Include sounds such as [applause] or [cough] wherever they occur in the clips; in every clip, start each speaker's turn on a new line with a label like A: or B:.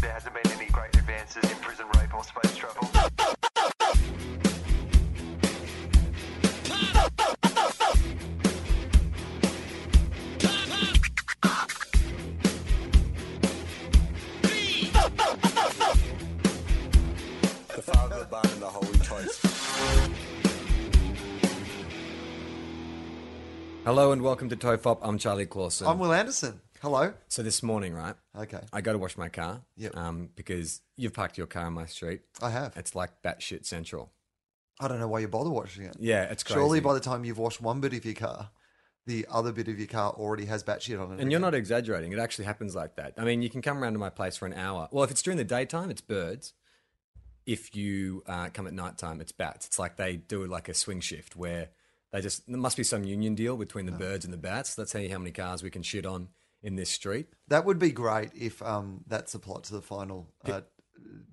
A: there hasn't been any great advances in prison rape or space travel.
B: The Father, the Son, and the Holy Ghost.
C: Hello and welcome to Tofop. I'm Charlie Clausen.
D: I'm Will Anderson. Hello.
C: so this morning, right?
D: Okay.
C: I go to wash my car.
D: Yep.
C: Um, because you've parked your car on my street.
D: I have.
C: It's like batshit central.
D: I don't know why you bother watching it.
C: Yeah, it's crazy.
D: Surely by the time you've washed one bit of your car, the other bit of your car already has batshit on it.
C: and you're not exaggerating. It actually happens like that. I mean, you can come around to my place for an hour. Well, if it's during the daytime, it's birds. If you uh, come at nighttime, it's bats. It's like they do like a swing shift where they just there must be some union deal between the birds and the bats. Let's see how many cars we can shit on in this street.
D: That would be great if um, that's the plot to the final uh,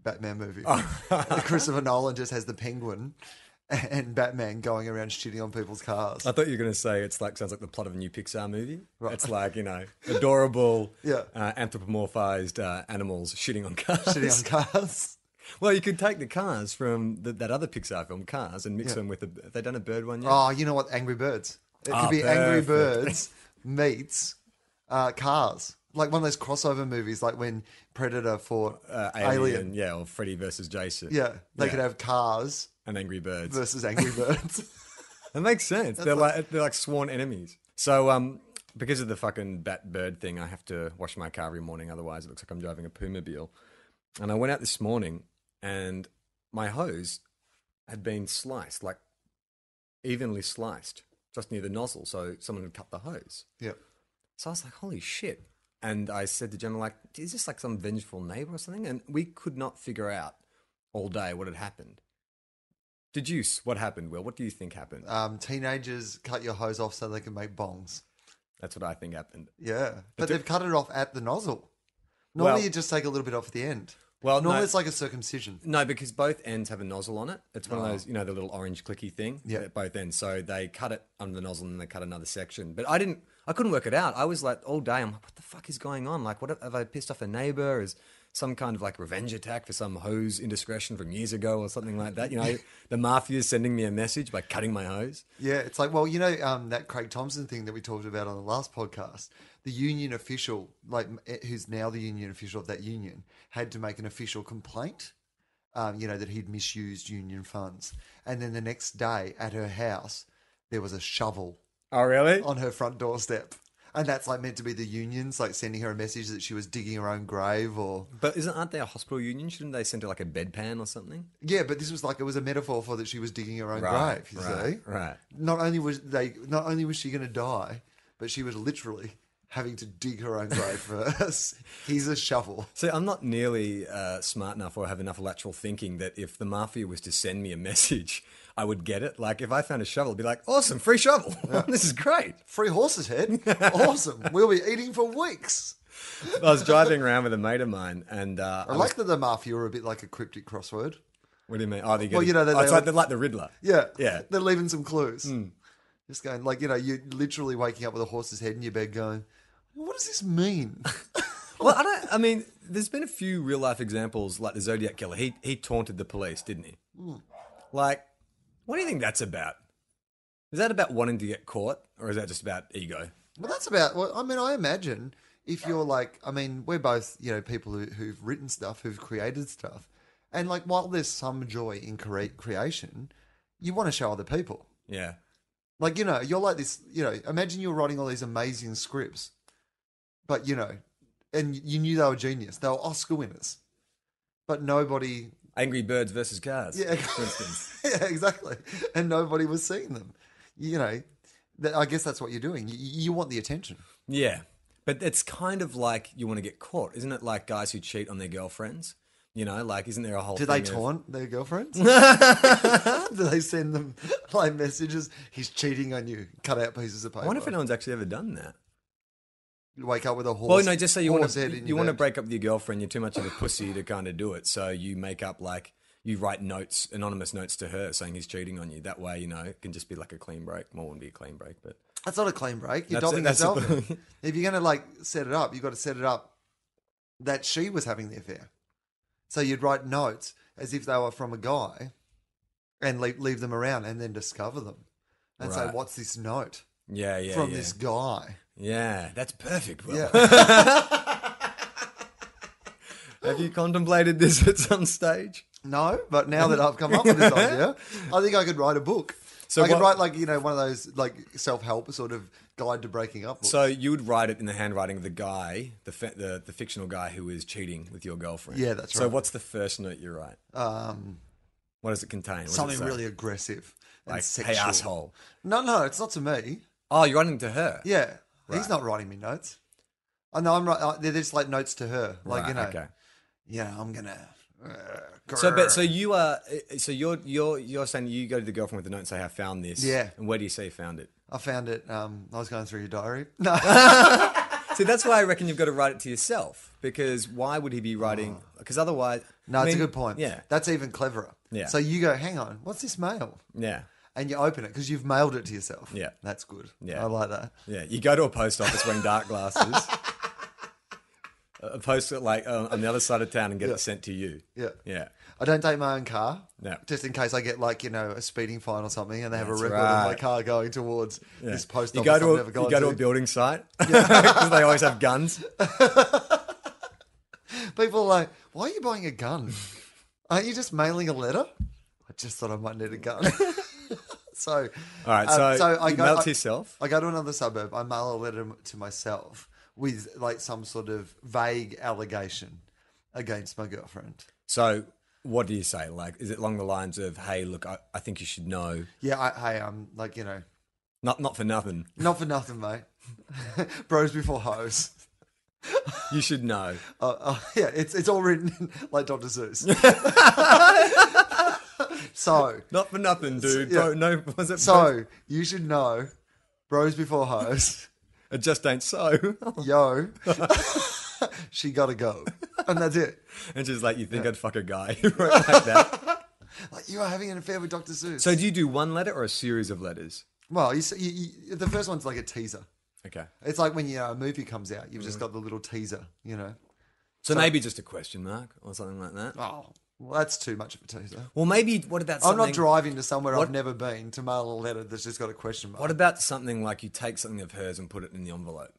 D: Batman movie.
C: Oh.
D: [laughs] Christopher Nolan just has the penguin [laughs] and Batman going around shitting on people's cars.
C: I thought you were going to say it's like sounds like the plot of a new Pixar movie. It's like you know, adorable,
D: [laughs] Yeah.
C: uh, anthropomorphized uh, animals shitting on cars.
D: Shitting on cars.
C: [laughs] Well, you could take the cars from the, that other Pixar film, Cars, and mix them with a. Have they done a bird one yet?
D: Oh, you know what? Angry Birds. It could
C: Ah,
D: be Angry
C: perfect.
D: Birds meets uh, Cars. Like one of those crossover movies, like when Predator fought
C: uh, Alien,
D: Alien.
C: yeah, or Freddy versus Jason.
D: Yeah, they
C: Yeah.
D: could have Cars
C: and Angry Birds.
D: versus Angry Birds. [laughs]
C: That makes sense. They're like they're like sworn enemies. So um, because of the fucking bat bird thing, I have to wash my car every morning. Otherwise, it looks like I'm driving a Puma Beetle. And I went out this morning, and my hose had been sliced, like evenly sliced, just near the nozzle. So someone had cut the hose.
D: yep.
C: So I was like, holy shit. And I said to Gemma, like, is this like some vengeful neighbor or something? And we could not figure out all day what had happened. Deduce what happened, Will. What do you think happened?
D: Um, teenagers cut your hose off so they can make bongs.
C: That's what I think happened.
D: Yeah, but
C: do-
D: they've cut it off at the nozzle. Normally,
C: Well-
D: you just take a little bit off at the end.
C: Well,
D: normally
C: no.
D: it's like a circumcision.
C: No, because both ends have a nozzle on it. It's one of
D: Oh.
C: those, you know, the little orange clicky thing
D: Yeah.
C: at both ends. So they cut it under the nozzle and then they cut another section. But I didn't, I couldn't work it out. I was like, all day, I'm like, what the fuck is going on? Like, what have- have I pissed off a neighbor? Is some kind of like revenge attack for some hose indiscretion from years ago or something like that? You [laughs] know, the mafia is sending me a message by cutting my hose.
D: Yeah, it's like well, you know um, that Craig Thompson thing that we talked about on the last podcast. The union official, like eh, who's now the union official of that union, had to make an official complaint. Um, you know that he'd misused union funds, and then the next day at her house there was a shovel
C: Oh, really?
D: on her front doorstep. And that's like meant to be the unions, like sending her a message that she was digging her own grave or.
C: But isn't, aren't they a hospital union? Shouldn't they send her like a bedpan or something?
D: Yeah, but this was like, it was a metaphor for that she was digging her own grave, you
C: right,
D: see?
C: right.
D: Not only was they, not only was she going to die, but she was literally having to dig her own grave first. He's a shovel.
C: See, I'm not nearly uh, smart enough or have enough lateral thinking that if the mafia was to send me a message, I would get it. Like, if I found a shovel, I'd be like, awesome, free shovel. [laughs] this is great.
D: Free horse's head. Awesome. We'll be eating for weeks.
C: I was driving around with a mate of mine, and uh,
D: I like that the mafia are a bit like a cryptic crossword.
C: what do you mean? Oh, they get
D: Well, you know, they-
C: oh, it's
D: they-
C: like, they're like the
D: [laughs]
C: Riddler.
D: Yeah.
C: Yeah.
D: They're leaving some clues. Just going, like, you know, you're literally waking up with a horse's head in your bed going, what does this mean?
C: Well, I don't, I mean, there's been a few real life examples, like the Zodiac Killer. He, he taunted the police, didn't he?
D: Hmm.
C: Like, what do you think that's about? Is that about wanting to get caught, or is that just about ego?
D: well, that's about, well, I mean, I imagine if you're like, I mean, we're both, you know, people who, who've written stuff, who've created stuff. And like, while there's some joy in cre- creation, you want to show other people.
C: Yeah.
D: Like, you know, you're like this, you know, imagine you're writing all these amazing scripts, but, you know, and you knew they were genius. They were Oscar winners. But nobody
C: Angry Birds versus Cars,
D: Yeah.
C: for instance.
D: [laughs] yeah, exactly. And nobody was seeing them. You know, that, I guess that's what you're doing. You, you want the attention.
C: Yeah. But it's kind of like you want to get caught, isn't it? Like guys who cheat on their girlfriends, you know, like isn't there a whole
D: Do they
C: thing of-
D: taunt their
C: [laughs]
D: girlfriends? [laughs] Do they send them like messages? He's cheating on you. Cut out pieces of paper.
C: I wonder if anyone's actually ever done that.
D: You wake up with a horse.
C: Well, no, just say you want
D: horse
C: to
D: head
C: you,
D: in
C: want to
D: bed.
C: break up with your girlfriend. You're too much of a pussy to kind of do it, so you make up like you write notes, anonymous notes to her saying he's cheating on you. That way, you know, it can just be like a clean break. Well, it wouldn't be a clean break, but
D: That's not a clean break. You're
C: That's it, [laughs]
D: dobbing
C: that's
D: yourself.
C: the-
D: in. if you're going to like set it up, you've got to set it up that she was having the affair. So you'd write notes as if they were from a guy, and leave, leave them around, and then discover them, and say,
C: Right.
D: "What's this note
C: Yeah, yeah,
D: from
C: yeah.
D: this guy?"
C: Yeah, that's perfect. Will. [laughs]
D: Yeah.
C: Have you contemplated this [laughs] at some stage?
D: no, but now that I've come up with this
C: [laughs]
D: idea, I think I could write a book.
C: So
D: So I could
C: what-
D: write like you know one of those like self help sort of guide to breaking up. Books.
C: So you would write it in the handwriting of the guy, the fa- the, the fictional guy who is cheating with your girlfriend.
D: Yeah, that's
C: So
D: right.
C: what's the first note you write?
D: um,
C: What does it contain? What does it
D: something
C: say?
D: really aggressive and
C: like,
D: sexual.
C: hey asshole.
D: No, no, it's not to me.
C: Oh, you're writing to her.
D: Yeah,
C: Right.
D: he's not writing me notes. I know I'm right. uh, They're just like notes to her. Like
C: Right,
D: you know,
C: Okay.
D: you know, I'm gonna. uh,
C: So, but so
D: grr.
C: you are. uh, So you're you're you're saying you go to the girlfriend with the note and say, "I found this."
D: Yeah.
C: And where do you say you found it?
D: I found it. Um, I was going through your diary. [laughs] No,
C: See, that's why I reckon you've got to write it to yourself because why would he be writing? Because otherwise,
D: Oh. no,
C: I
D: it's
C: mean,
D: a good point.
C: Yeah,
D: that's even cleverer.
C: Yeah.
D: So you go, hang on, what's this mail?
C: yeah,
D: And you open it because you've mailed it to yourself.
C: Yeah.
D: that's good.
C: Yeah.
D: I like that.
C: yeah. You go to a post office wearing dark glasses, a a post it like uh, on the other side of town and get
D: Yeah.
C: it sent to you.
D: Yeah.
C: yeah.
D: I don't take my own car.
C: No.
D: Just in case I get like you know a speeding fine or something, and they have
C: That's
D: a record of my
C: right.
D: car going towards
C: yeah.
D: this post
C: you go
D: office.
C: to
D: I've
C: a,
D: never
C: you
D: gone
C: go to a
D: to.
C: building
D: [laughs]
C: site [laughs] because they always have guns.
D: People are like, why are you buying a gun? [laughs] Aren't you just mailing a letter? I just thought I might need a gun. [laughs] so,
C: All right, so,
D: uh,
C: you mail it
D: I-
C: to yourself.
D: I go to another suburb. I mail a letter to myself with like some sort of vague allegation against my girlfriend.
C: So what do you say? Like, is it along the lines of, "Hey, look, I, I think you should know."
D: Yeah, I, hey, I'm like you know,
C: Not, not for nothing.
D: not for nothing, mate. [laughs] Bros before hoes.
C: You should know.
D: Uh, uh, [laughs] yeah, it's it's all written in, like Dr. Zeus. [laughs] so,
C: Not for nothing, dude.
D: yeah.
C: Bro, no, [laughs] was it? bro?
D: so you should know, bros before hoes.
C: it just ain't so. [laughs]
D: Yo, [laughs] she gotta go, and that's it.
C: And she's like, you think I'd fuck a guy [laughs] who wrote like that?
D: Like you are having an affair with Dr. Zeus.
C: so do you do one letter or a series of letters?
D: well, you, s- you, you, the first one's like a teaser.
C: Okay.
D: It's like when you know, a movie comes out, you've just got the little teaser, you know.
C: So, maybe just a question mark or something like that.
D: Oh, well, that's too much of a teaser.
C: Well, maybe what about
D: I'm
C: something?
D: not driving to somewhere
C: What-
D: I've never been to mail a letter that's just got a question mark.
C: What about something like you take something of hers and put it in the envelope?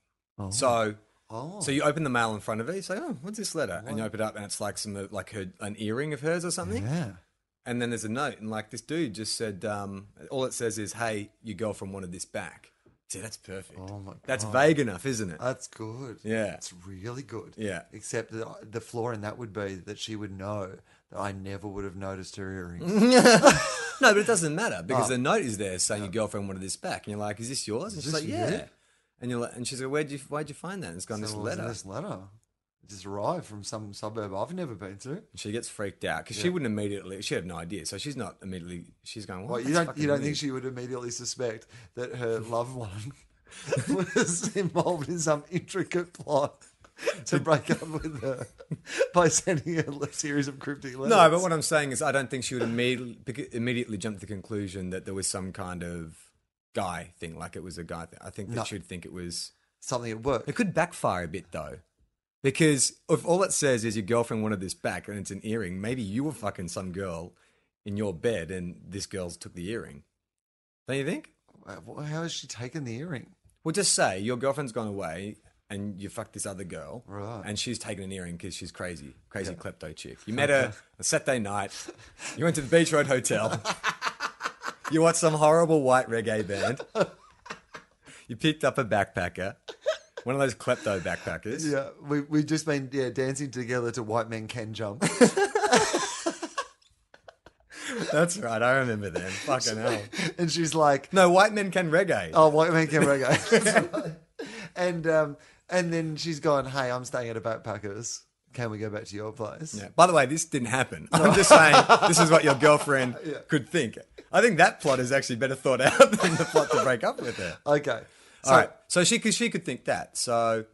C: So,
D: Oh.
C: so you open the mail in front of her. You say, "Oh, what's this letter?" And you open it up, and it's like some of- like her an earring of hers or something.
D: yeah.
C: And then there's a note, and like this dude just said, um, all it says is, "Hey, your girlfriend wanted this back." See, that's perfect.
D: Oh my
C: That's
D: God.
C: vague enough, isn't it?
D: That's good.
C: Yeah.
D: It's really good.
C: Yeah.
D: Except that I- the flaw in that would be that she would know that I never would have noticed her
C: Mm,
D: earrings.
C: No, but it doesn't matter
D: Oh.
C: because the note is there saying your girlfriend wanted this back, and you're like, "Is this yours?" And she's
D: this
C: like, "Yeah."
D: you?
C: And you're like, and she's like, "Where'd you where'd you find that?" And it's gone
D: So
C: this
D: it was in
C: letter.
D: This letter. It just arrived from some suburb I've never been to.
C: And she gets freaked out because she wouldn't immediately. She had no idea, so she's not immediately. She's going, "What?
D: Well, you
C: That's
D: don't
C: fucking
D: you don't
C: weird."
D: think she would immediately suspect that her loved one [laughs] was involved in some intricate plot to break up with her by sending her a series of cryptic letters?
C: No, but what I'm saying is, I don't think she would immediately beca- immediately jump to the conclusion that there was some kind of guy thing, like it was a guy thing. I think that
D: No.
C: she'd think it was.
D: something at work.
C: It could backfire a bit though, because if all it says is your girlfriend wanted this back and it's an earring, maybe you were fucking some girl in your bed and this girl's took the earring. Don't you think?
D: Uh, wh- How has she taken the earring?
C: Well, just say your girlfriend's gone away and you fucked this other girl,
D: Right.
C: And she's taken an earring because she's crazy, crazy klepto chick. You met
D: [laughs]
C: her on Saturday night. You went to the Beach Road Hotel. you watched some horrible white reggae band. You picked up a backpacker, one of those klepto backpackers.
D: Yeah, we we've just been yeah dancing together to White Men
C: [laughs]
D: Can Jump.
C: That's right. I remember
D: [laughs]
C: them. Fucking hell.
D: and she's like,
C: No, white men can reggae.
D: "Oh, White Men Can Reggae," [laughs] and um, and then she's gone, "Hey, I'm staying at a backpackers. Can we go back to your place?"
C: Yeah. By the way, this didn't happen. I'm just saying this is what your girlfriend
D: [laughs] Yeah.
C: could think. I think that plot is actually better thought out [laughs] than the plot to break up with her.
D: Okay. So,
C: All right. So she could she could think that. So,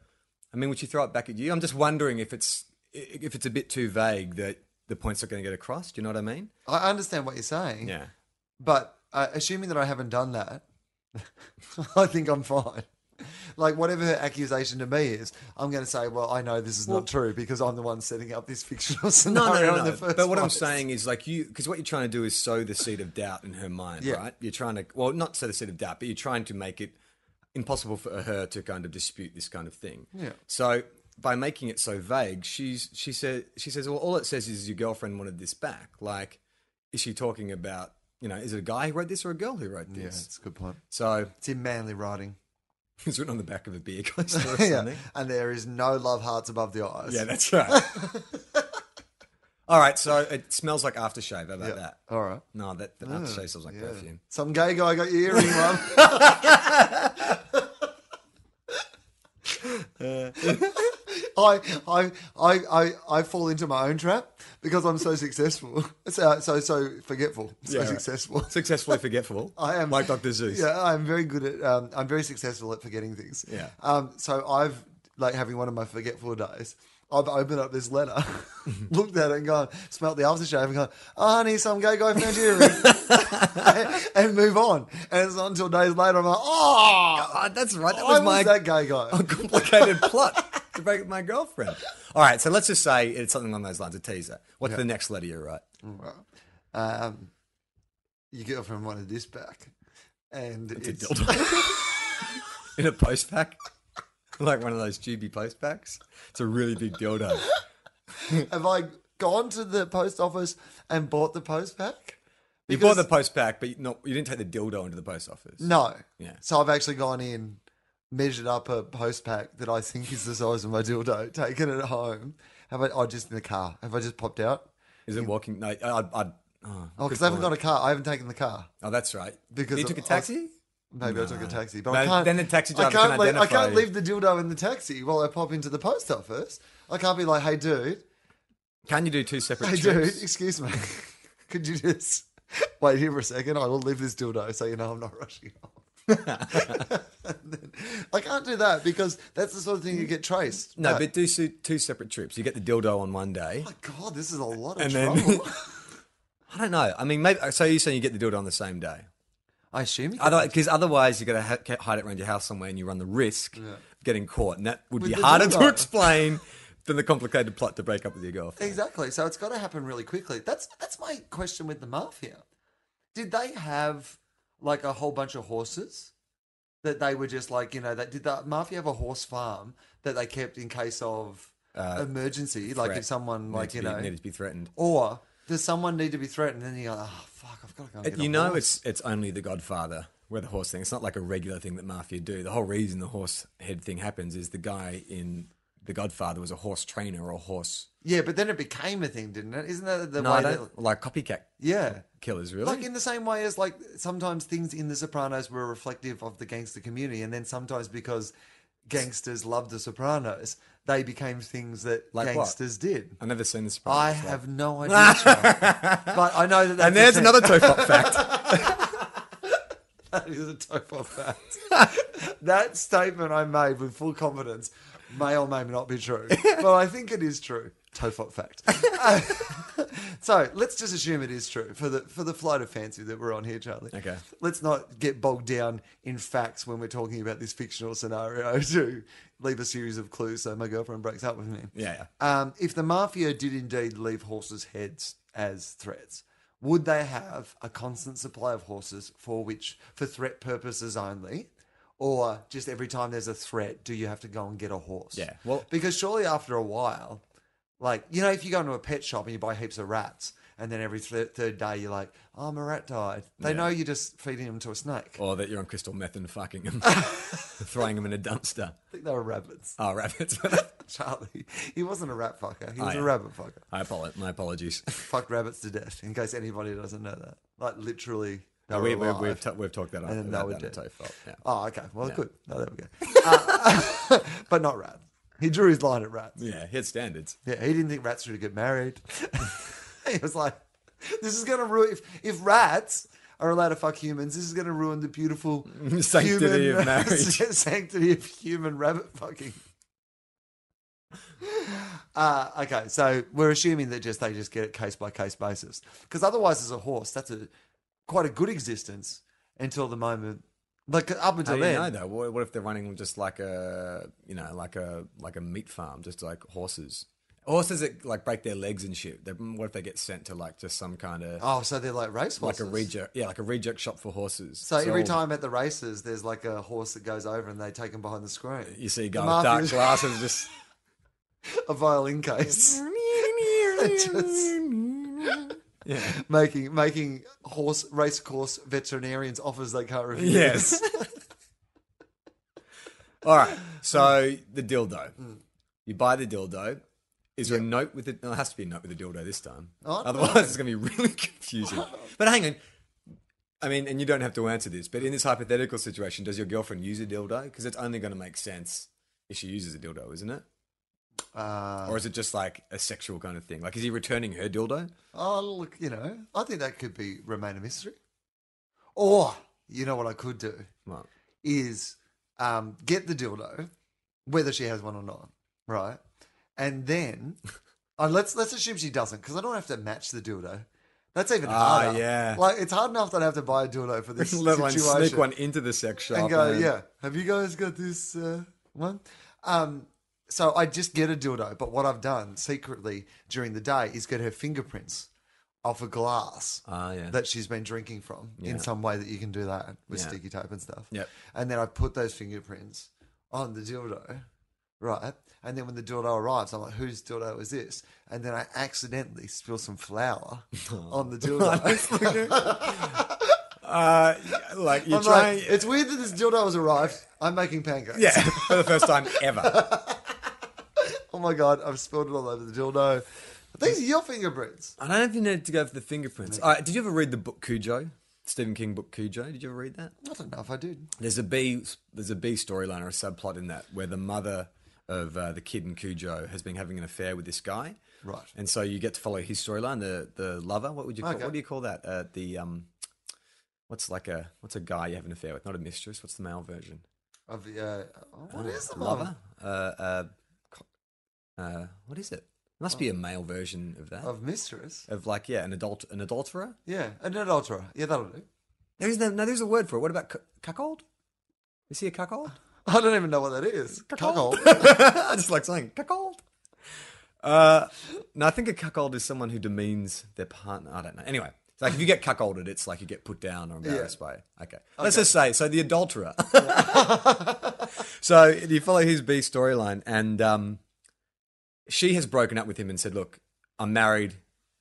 C: I mean, would she throw it back at you? I'm just wondering if it's if it's a bit too vague that the point's not going to get across. Do you know what I mean?
D: I understand what you're saying.
C: Yeah.
D: [laughs] But uh, assuming that I haven't done that, I think I'm fine. Like whatever her accusation to me is, I'm going to say, well, I know this is not true because I'm the one setting up this fictional
C: No,
D: [laughs] scenario
C: no, no.
D: in
C: no.
D: the first
C: But what I'm
D: place.
C: saying is, like, you, because what you're trying to do is sow the seed of doubt in her mind,
D: Yeah.
C: right? You're trying to, well, not sow the seed of doubt, but you're trying to make it impossible for her to kind of dispute this kind of thing.
D: Yeah.
C: So by making it so vague, she's she said she says, well, all it says is your girlfriend wanted this back. Like, is she talking about, you know, is it a guy who wrote this or a girl who wrote
D: Yeah,
C: this?
D: that's a good point.
C: So [laughs]
D: It's in manly writing.
C: it's written on the back of a beer coaster or
D: [laughs] yeah.
C: something.
D: And there is no love hearts above the eyes.
C: Yeah, that's
D: [laughs]
C: right. All right, so it smells like aftershave. How about
D: Yeah.
C: that?
D: All right.
C: No, that, that
D: Ah,
C: aftershave smells like perfume.
D: Some gay guy got your [laughs] earring, mum. I, I, I, I, I fall into my own trap because I'm so successful. [laughs] So, so, so forgetful. So
C: Yeah, right.
D: successful.
C: Successfully forgetful.
D: I am
C: like Doctor Zeus.
D: Yeah, I'm very good at. Um, I'm very successful at forgetting things.
C: Yeah.
D: Um, so I've like having one of my forgetful days. I've opened up this letter, [laughs] looked at it, and gone, smelt the aftershave, and gone, "Oh, honey, some gay guy found you," and, [laughs] and move on. And it's not until days later I'm like, "Oh,
C: Ah, that's right. That
D: I
C: was
D: was
C: my
D: that gay guy."
C: [laughs] complicated plot to break up my girlfriend. All right, so let's just say it's something along those lines. A teaser. What's the next letter you write?
D: Um, your girlfriend wanted this back, and it's,
C: It's a dildo [laughs] in a post pack, [laughs] like one of those tubey post packs. It's a really big dildo.
D: [laughs] have I gone to the post office and bought the post back?
C: You bought the post pack, but not you didn't take the dildo into the post office.
D: No.
C: Yeah.
D: So I've actually gone in, measured up a post pack that I think is the size of my dildo, [laughs] taken it home. Have I? Oh, just in the car. Have I just popped out?
C: Is it walking? No, I. I, I oh,
D: Oh,
C: good
D: because I haven't
C: point.
D: got a car. I haven't taken the car.
C: Oh, that's right.
D: Because
C: you took a
D: I-
C: taxi.
D: Maybe I took a taxi, but
C: No,
D: I can't.
C: then the taxi driver
D: I can't.
C: can
D: leave, I
C: identify
D: can't
C: you.
D: leave the dildo in the taxi while I pop into the post office. I can't be like, "Hey, dude,
C: Can you do two separate
D: hey,
C: trips?
D: dude, excuse me, [laughs] could you just [laughs] wait here for a second? I will leave this dildo so you know I'm not rushing
C: [laughs]
D: off." [laughs] And then- I can't do that because that's the sort of thing you get traced.
C: No,
D: back.
C: but do su- two separate trips. You get the dildo on one day.
D: my god, this is a lot of
C: And then-
D: trouble.
C: [laughs] I don't know. I mean, maybe. So you're saying you get the dildo on the same day?
D: I assume you
C: Because otherwise, you've got to ha- ca- hide it around your house somewhere and you run the risk of getting caught. And that would
D: With
C: be
D: the
C: harder to
D: dildo.
C: explain than the complicated plot to break up with your girlfriend.
D: exactly. So it's got to happen really quickly. That's that's my question with the mafia. Did they have like a whole bunch of horses that they were just like you know that did the mafia have a horse farm that they kept in case of emergency,
C: Uh,
D: like
C: threat.
D: if someone
C: Needed
D: like
C: to
D: you
C: be-
D: know,
C: needed to be threatened.
D: or does someone need to be threatened? And then you go, oh fuck, I've got to go. And get a
C: Uh, you know,
D: horse."
C: it's it's only the Godfather where the horse thing. It's not like a regular thing that mafia do. The whole reason the horse head thing happens is the guy in the Godfather was a horse trainer or a horse.
D: yeah, but then it became a thing, didn't it? Isn't that the
C: No,
D: way
C: I
D: that
C: don't like copycat
D: yeah?
C: killers. Really,
D: Like in the same way as like sometimes things in The Sopranos were reflective of the gangster community, and then sometimes because gangsters loved The Sopranos, they became things that
C: Like what? Oh,
D: gangsters did.
C: I've never seen the Sopranos.
D: I
C: like-
D: have no idea,
C: [laughs]
D: Charles. but I know that. That's
C: And there's
D: a thing. [laughs]
C: another tofop fact.
D: That is a total fact. [laughs] that statement I made with full confidence may or may not
C: [laughs]
D: be true, but I think it is true. Tofop fact. [laughs] Uh, so let's just assume it is true for the for the flight of fancy that we're on here, Charlie.
C: Okay.
D: Let's not get bogged down in facts when we're talking about this fictional scenario [laughs] to leave a series of clues so my girlfriend breaks up with me.
C: Yeah,
D: Um, if the mafia did indeed leave horses' heads as threats, would they have a constant supply of horses for which for threat purposes only? Or just every time there's a threat, do you have to go and get a horse?
C: Yeah, well-
D: because surely after a while, like you know, if you go into a pet shop and you buy heaps of rats, and then every th- third day you're like, "Oh, my rat died." They know you're just feeding them to a snake.
C: [laughs] Or that you're on crystal meth and fucking
D: [laughs]
C: [laughs] them, throwing them in a dumpster.
D: I think they were rabbits. [laughs]
C: Oh, [laughs] rabbits.
D: Charlie, he wasn't a rat fucker. He
C: Oh,
D: was
C: yeah.
D: a rabbit fucker.
C: I apologize. My apologies.
D: fucked rabbits to death. In case anybody doesn't know that, like literally, they were
C: we, we, [laughs]
D: alive.
C: we've, ta- we've talked that up.
D: then
C: about
D: they were
C: that
D: dead.
C: on tofop, yeah.
D: oh, okay. Well, good. No, there we go. [laughs] Uh, but not rats. He drew his line at
C: [laughs]
D: rats.
C: yeah, he had standards.
D: Yeah, he didn't think rats should get married. [laughs] he was like, "This is gonna ruin if if rats." Are allowed to fuck humans. This is going to ruin the beautiful
C: [laughs] Sanctity
D: human, [laughs]
C: of marriage.
D: sanctity of human rabbit fucking. [laughs] Uh, okay, so we're assuming that just they just get it case by case basis, because otherwise, as a horse, that's a quite a good existence until the moment Like up
C: How
D: until
C: do Oh, you know
D: then,
C: though? What, what if they're running just like a, you know, like a like a meat farm, just like horses? Horses that like break their legs and shit. They, what if they get sent to like just some kind of
D: oh, so they're like race
C: like
D: horses.
C: a reject? Yeah, like a reject shop for horses.
D: So
C: It's
D: every
C: all-
D: time at the races, there's like a horse that goes over, and they take him behind the screen.
C: you see a guy with
D: Mafia-
C: dark glasses, just
D: a violin [laughs] case.
C: [laughs]
D: Just- Making making horse racecourse veterinarians offers they can't refuse.
C: yes. [laughs] all right. So the dildo.
D: Hmm.
C: You buy the dildo. Is there a note with it? No, it has to be a note with a dildo this time.
D: Oh, I don't know.
C: Otherwise, it's going to be really [laughs] confusing.
D: Oh.
C: But hang on. I mean, and you don't have to answer this, but in this hypothetical situation, does your girlfriend use a dildo? Because it's only going to make sense if she uses a dildo, isn't it?
D: Uh,
C: Or is it just like a sexual kind of thing? Like, is he returning her dildo?
D: [laughs] oh look, you know, I think that could be remain a mystery. Or you know what I could do
C: Well,
D: is um, get the dildo, whether she has one or not, right? And then [laughs] uh, let's let's assume she doesn't, because I don't have to match the dildo. That's even
C: Ah,
D: harder.
C: yeah.
D: like it's hard enough that I have to buy a dildo for
C: [laughs]
D: this
C: let alone
D: situation.
C: sneak one into the sex shop.
D: and go,
C: then-
D: yeah, have you guys got this uh, one? Um, so I just get a dildo, but what I've done secretly during the day is get her fingerprints off a glass
C: Ah, yeah.
D: that she's been drinking from
C: Yeah.
D: in some way that you can do that with
C: Yeah.
D: sticky tape and stuff.
C: Yep.
D: And then I put those fingerprints on the dildo, right? And then when the dildo arrives, I'm like, whose dildo is this? And then I accidentally spill
C: [laughs]
D: some flour on the dildo.
C: Uh, like you're
D: I'm
C: trying.
D: like, it's weird that this dildo has arrived. I'm making
C: [laughs]
D: pancakes.
C: yeah, for the first time ever.
D: Oh my god, I've spilled it all over the dildo. These are your fingerprints.
C: [laughs] I don't even need to go for the fingerprints. All right, did you ever read the book Cujo? Stephen King book Cujo. Did you ever read that?
D: I don't know if I did.
C: There's a B. There's a B storyline or a subplot in that where the mother of uh, the kid in Cujo has been having an affair with this guy.
D: Right.
C: And so you get to follow his storyline. The the lover. What would you call?
D: Okay.
C: What do you call that? Uh, the um. What's like a what's a guy you have an affair with? Not a mistress. What's the male version?
D: Of uh, what is the
C: lover?
D: mother
C: Uh, uh, co- uh, what is it? Must be a male version of that. Of,
D: of mistress?
C: like yeah, an adult, an adulterer.
D: Yeah, an adulterer. Yeah, that'll do. [laughs]
C: There is no, no, there's a word for it. What about cu- cuckold? Is he a cuckold? [laughs]
D: I don't even know what that is. Cuckold.
C: I just like saying cuckold. Uh, no, I think a cuckold is someone who demeans their partner. I don't know. Anyway, it's like if you get cuckolded, it's like you get put down or embarrassed by. It. Okay. Let's just say so the adulterer. [laughs] so you follow his B storyline, and um, she has broken up with him and said, "Look, I'm married.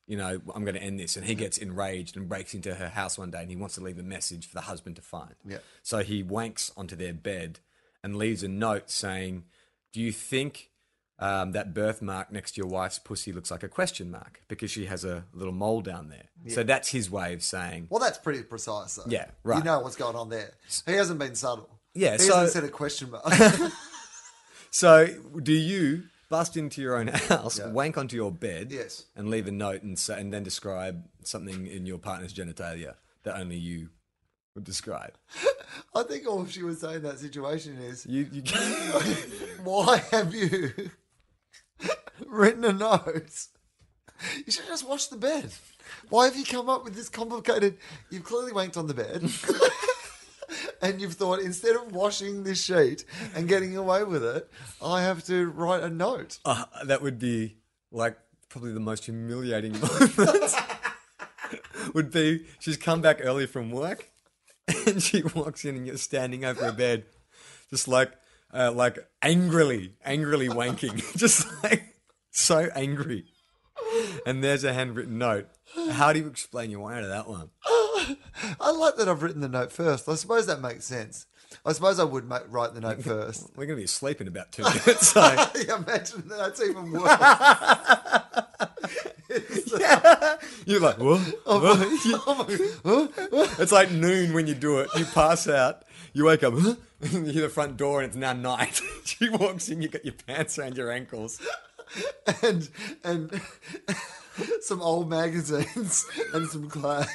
C: You know, I'm going to end this." And he gets enraged and breaks into her house one day, and he wants to leave a message for the husband to find.
D: Yeah.
C: So he wanks onto their bed and leaves a note saying, "Do you think um, that birthmark next to your wife's pussy looks like a question mark because she has a little mole down there?" So that's his way of saying,
D: Well, that's pretty precise, though.
C: Yeah, right.
D: You know what's going on there. He hasn't been subtle.
C: Yeah,
D: he
C: so-
D: hasn't said a question mark. [laughs]
C: So, do you bust into your own [laughs] house, wank onto your bed,
D: Yes.
C: and leave a note and say, and then describe something in your partner's genitalia that only you would describe?
D: I think all she would say in that situation is,
C: You, you
D: Why have you [laughs] written a note? You should just wash the bed. Why have you come up with this complicated? You've clearly wanked on the bed. [laughs] and you've thought, instead of washing this sheet and getting away with it, I have to write a note.
C: uh, that would be like probably the most humiliating [laughs] moment. would be she's come back early from work, and she walks in, and you're standing over her bed, just like, uh, like angrily, angrily wanking, [laughs] just like so angry. And there's a handwritten note. How do you explain your way out of that one?
D: I like that I've written the note first. I suppose that makes sense. I suppose I would ma- write the note first. [laughs]
C: We're gonna be asleep in about two [laughs] minutes. So.
D: yeah, imagine that. That's even worse. [laughs]
C: You're like, [laughs] what? What?" You- [laughs] it's like noon when you do it. You pass out. You wake up. "Huh?" [laughs] and you hear the front door, and it's now night. [laughs] she walks in. You got your pants around your ankles.
D: and and [laughs] some old magazines and some clag.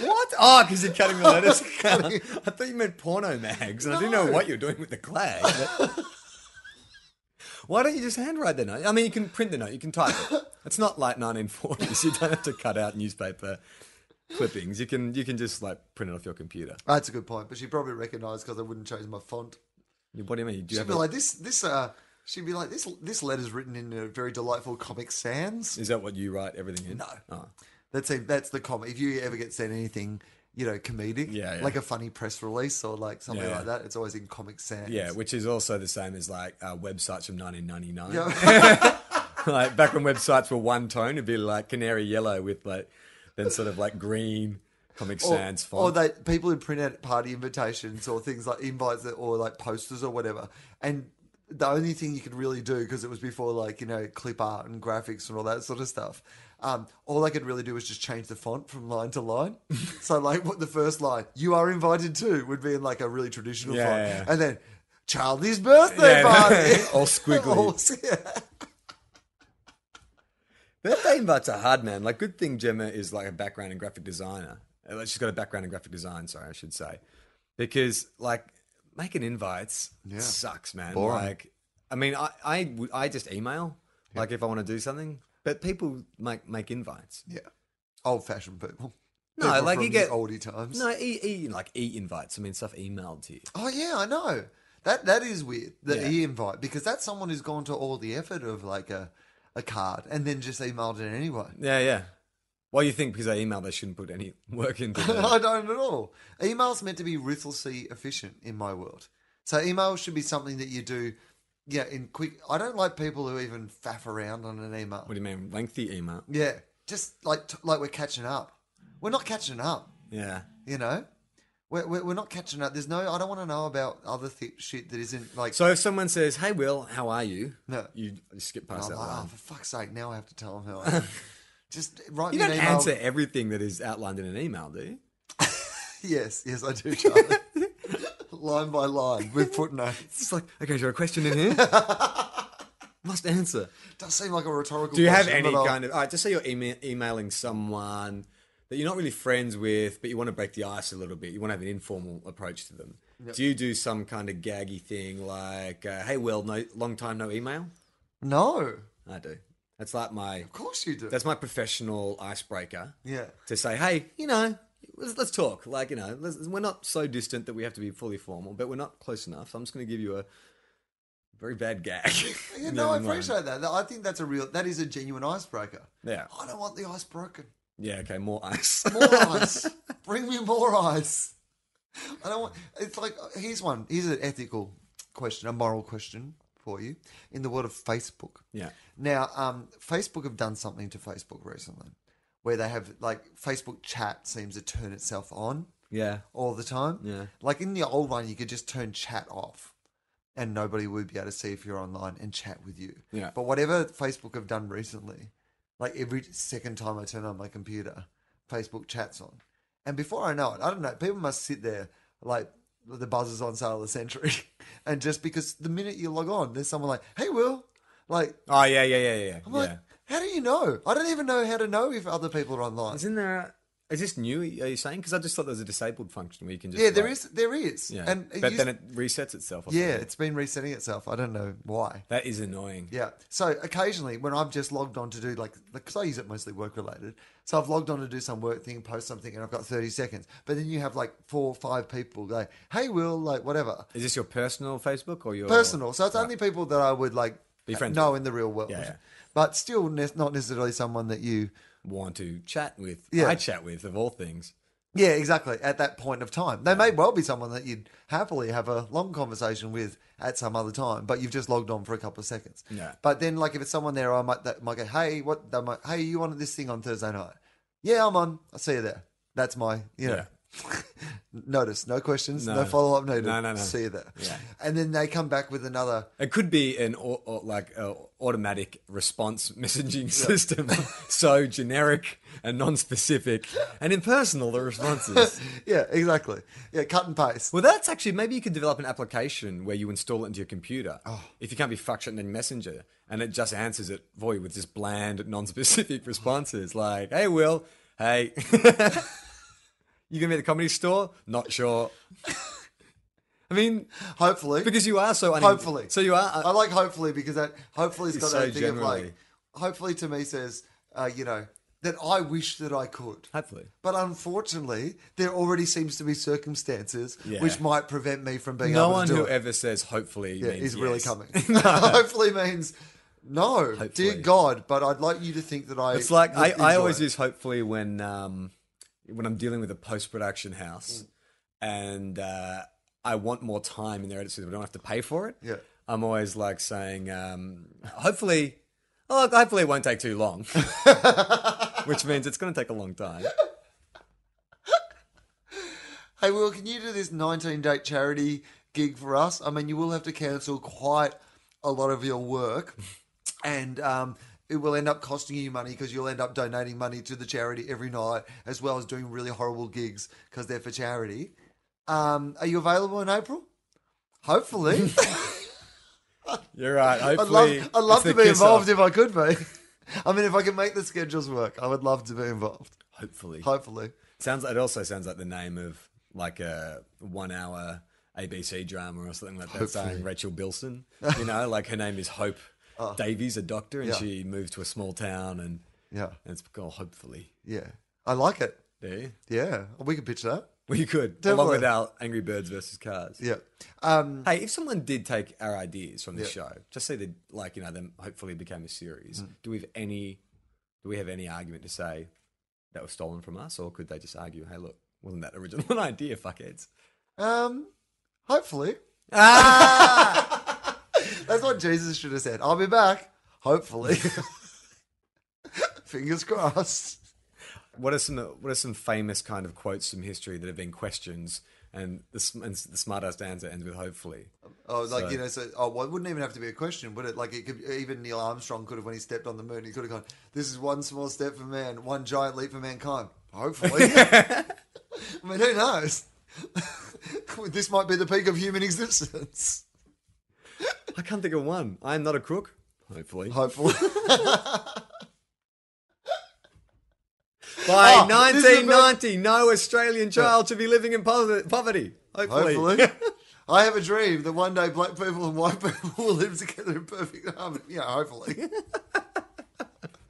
C: What? [laughs] Oh, because you're cutting the [laughs] letters. I thought you meant porno mags, and I didn't know
D: No.
C: what you were doing with the clag. but- [laughs] Why don't you just handwrite the note? I [laughs] mean, you can print the note. You can type it. It's not like 1940s. You don't have to cut out newspaper clippings. You can you can just like print it off your computer.
D: That's a good point, but she probably recognised because I wouldn't change my font.
C: What do you mean? Do you
D: She'd
C: have
D: be
C: a-
D: like this. This uh, she'd be like this. This letter's written in a very delightful Comic Sans.
C: is that what you write everything in?
D: No.
C: Oh.
D: That's a, that's the comic. If you ever get sent anything, you know, comedic,
C: Yeah, yeah.
D: like a funny press release or like something
C: Yeah.
D: like that, it's always in Comic Sans.
C: Yeah, which is also the same as like uh, websites from 1999.
D: [laughs] Yeah.
C: [laughs] like back when websites were one tone, it'd be like canary yellow with like then sort of like green Comic Sans font.
D: or they people who print out party invitations or things like invites that, or like posters or whatever, and the only thing you could really do because it was before like you know clip art and graphics and all that sort of stuff. Um, all I could really do was just change the font from line
C: [laughs]
D: to line. so like what the first line, "You are invited to," would be in like a really traditional
C: Yeah,
D: font,
C: yeah, yeah.
D: and then "Charlie's
C: Yeah. [laughs]
D: birthday party."
C: All
D: [laughs]
C: squiggly.
D: yeah.
C: Birthday invites are hard, man. Like, good thing Gemma is like a background in graphic designer. Uh, like, She's got a background in graphic design, sorry, I should say. Because, like, making invites sucks, man.
D: Boring.
C: Like, I mean, I, I, w- I just email, like, if I want to do something, but people make, make invites.
D: Yeah. Old fashioned people.
C: No,
D: People
C: like
D: from
C: you
D: the
C: get-
D: oldie times.
C: No, e, e, like e invites. I mean, stuff emailed to you.
D: Oh yeah, I know. That that is weird. The
C: Yeah.
D: e invite because that's someone who's gone to all the effort of like a a card and then just emailed it anyway. [laughs]
C: Yeah, yeah. Well, you think because they email, they shouldn't put any [laughs] work into
D: I
C: it.
D: don't at all. Email's meant to be ruthlessly efficient in my world. So email should be something that you do yeah, in quick I don't like people who even faff around on an email.
C: what do you mean, lengthy email?
D: Yeah. Just like t- like we're catching up. We're not catching up.
C: Yeah.
D: You know, we're, we're, we're not catching up. There's no. I don't want to know about other th- shit that isn't like.
C: So if someone says, "Hey, Will, how are you?"
D: No.
C: you skip
D: I'm
C: past that
D: like, oh,
C: line.
D: for fuck's sake! Now I have to tell him how.
C: [laughs]
D: I am." Just write
C: You
D: me
C: don't
D: an email.
C: answer everything that is outlined in an email, do you?
D: Yes, yes,
C: [laughs]
D: I do, Charlie. line by line with footnotes.
C: It's just like, okay, is there a question in here? [laughs] Must answer.
D: Does seem like a rhetorical.
C: Do you have
D: question,
C: any
D: but I'll-
C: kind of? All right, just say you're ema- emailing someone that you're not really friends with, but you want to break the ice a little bit. You want to have an informal approach to them. Do you do some kind of gaggy thing like, uh, "Hey, Will, no long time no email"?
D: No, of
C: I do. That's like my
D: course you do.
C: that's my professional icebreaker.
D: yeah.
C: to say, hey, you know, let's, let's talk. Like, you know, let's, we're not so distant that we have to be fully formal, but we're not close enough. So I'm just going to give you a very bad gag. [laughs]
D: Yeah,
C: And
D: no, I
C: then, like,
D: appreciate that. I think that's a real. That is a genuine icebreaker.
C: Yeah.
D: I don't want the ice broken.
C: Yeah, okay, more ice. [laughs]
D: More ice. Bring me more ice. I don't want. It's like here's one. Here's an ethical question, a moral question for you in the world of Facebook.
C: yeah.
D: Now, um, Facebook have done something to Facebook recently, where they have like Facebook chat seems to turn itself on
C: Yeah.
D: all the time.
C: Yeah.
D: Like in the old one, you could just turn chat off, and nobody would be able to see if you're online and chat with you.
C: Yeah.
D: But whatever Facebook have done recently, like every second time I turn on my computer, Facebook chats on, and before I know it, I don't know. People must sit there like the buzzers on sale of the century, [laughs] and just because the minute you log on, there's someone like, "Hey, Will," like.
C: Oh, yeah, yeah, yeah, yeah.
D: I'm
C: yeah.
D: like, how do you know? I don't even know how to know if other people are online.
C: Isn't there, is this new, are you saying? Because I just thought there was a disabled function where you can just.
D: yeah, there
C: like-
D: is. There is.
C: Yeah.
D: And it
C: but
D: used-
C: then it resets itself. or
D: yeah,
C: something.
D: it's been resetting itself. I don't know why.
C: That is annoying.
D: Yeah. So occasionally, when I've just logged on to do like, because I use it mostly work related, so I've logged on to do some work thing, post something, and I've got thirty seconds. But then you have like four or five people go, "Hey, Will," like whatever.
C: Is this your personal Facebook or your.
D: personal. So it's only people that I would like
C: Be friends
D: know in the real world,
C: Yeah, yeah.
D: but still ne- not necessarily someone that you.
C: Want to chat with.
D: Yeah.
C: I chat with, of all things.
D: Yeah, exactly. At that point of time, they may well be someone that you'd happily have a long conversation with at some other time, but you've just logged on for a couple of seconds.
C: Yeah.
D: But then, like, if it's someone there, I might that might go, "Hey, what? They might, hey, you on this thing on Thursday night? Yeah, I'm on. I'll see you there. That's my, you know." [laughs] Notice, no questions, no,
C: No.
D: follow up needed.
C: No, no, no.
D: See you there.
C: Yeah.
D: And then they come back with another [laughs]
C: It could be an au- au- like uh, automatic response [laughs] messaging system, [laughs] so generic and non-specific and impersonal. The responses.
D: Yeah, exactly. Yeah, cut and paste.
C: well, that's actually maybe you could develop an application where you install it into your computer.
D: Oh.
C: If you can't be fucked in Messenger, and it just answers it for you with just bland, [laughs] non-specific responses like, "Hey, Will. Hey." [laughs] You gonna be at the comedy store? Not sure. I mean,
D: Hopefully.
C: because you are so unin-
D: hopefully.
C: So you are.
D: I like hopefully because that hopefully's
C: Uh, It's
D: got
C: so
D: that thing of like
C: generally-
D: hopefully to me says uh, you know that I wish that I could.
C: Hopefully.
D: But unfortunately, there already seems to be circumstances
C: Yeah.
D: which might prevent me from being
C: No
D: able
C: one
D: to do
C: who
D: it.
C: ever says hopefully
D: yeah,
C: means
D: is really
C: yes. [laughs]
D: coming. [laughs] Hopefully means no, dear
C: Hopefully.
D: God. But I'd like you to think that I.
C: It's like I,
D: would
C: I always
D: enjoy it.
C: use hopefully when um, when I'm dealing with a post production house
D: Hmm.
C: and uh, I want more time in their edit studio, but I don't have to pay for it.
D: Yeah.
C: I'm always like saying, um, hopefully, oh, look, hopefully it won't take too
D: [laughs]
C: long, which means it's going to take a long time.
D: Hey, Will, can you do this 19 date charity gig for us? I mean, you will have to cancel quite a lot of your work, and um, it will end up costing you money because you'll end up donating money to the charity every night, as well as doing really horrible gigs because they're for charity. Um, are you available in April? Hopefully.
C: [laughs] You're right.
D: I'd
C: Hopefully,
D: love, I'd love
C: it's the
D: to be
C: kiss
D: involved
C: off.
D: if I could be. [laughs] I mean, if I can make the schedules work, I would love to be involved.
C: Hopefully,
D: Hopefully.
C: sounds. It also sounds like the name of like a one-hour ABC drama or something like that, starring Rachel Bilson.
D: [laughs]
C: You know, like her name is Hope Davies, a doctor, and
D: Oh. Yeah.
C: she moves to a small town, and,
D: Yeah.
C: and it's called Hopefully.
D: Yeah. I like it.
C: There, you-
D: Yeah. We could pitch that.
C: well, you could along
D: Definitely.
C: with our Angry Birds versus Cars.
D: Yeah. Um,
C: Hey, if someone did take our ideas from the
D: Yeah. Mm.
C: show, just say that, like you know, them hopefully it became a series. Do we have any? Do we have any argument to say that was stolen from us, or could they just argue, "Hey, look, wasn't that original [laughs] an idea, fuckheads"?
D: um, hopefully. [laughs] That's what Jesus should have said. I'll be back. Hopefully. [laughs] Fingers crossed.
C: What are some What are some famous kind of quotes from history that have been questions? And the sm- and the smartest answer ends with "hopefully."
D: Oh, like
C: So-
D: you know, so oh, well, it wouldn't even have to be a question, would it? Like it could even Neil Armstrong could have, when he stepped on the moon, he could have gone, "This is one small step for man, one giant leap for mankind." Hopefully, I mean, who knows? [laughs] this might be the peak of human existence.
C: I can't think of one. I am not a crook. Hopefully,
D: Hopefully,
C: by
D: Oh, this is about-
C: 1990, no Australian child should be living in pov- poverty. Hopefully.
D: hopefully. [laughs] I have a dream that one day black people and white people [laughs] will live together in perfect harmony. Yeah, hopefully. [laughs]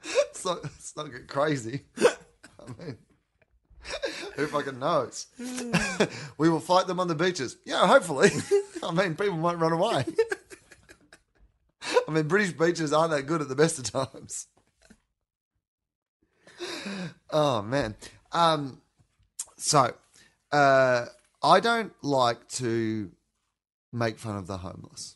D: it's not. It's not get crazy. [laughs] I mean, who fucking knows? [laughs] we will fight them on the beaches. Yeah, hopefully. [laughs] I mean, people might run away. [laughs] I mean, British beaches aren't that good at the best of times. [laughs] Oh man. Um. So, uh, I don't like to make fun of the homeless.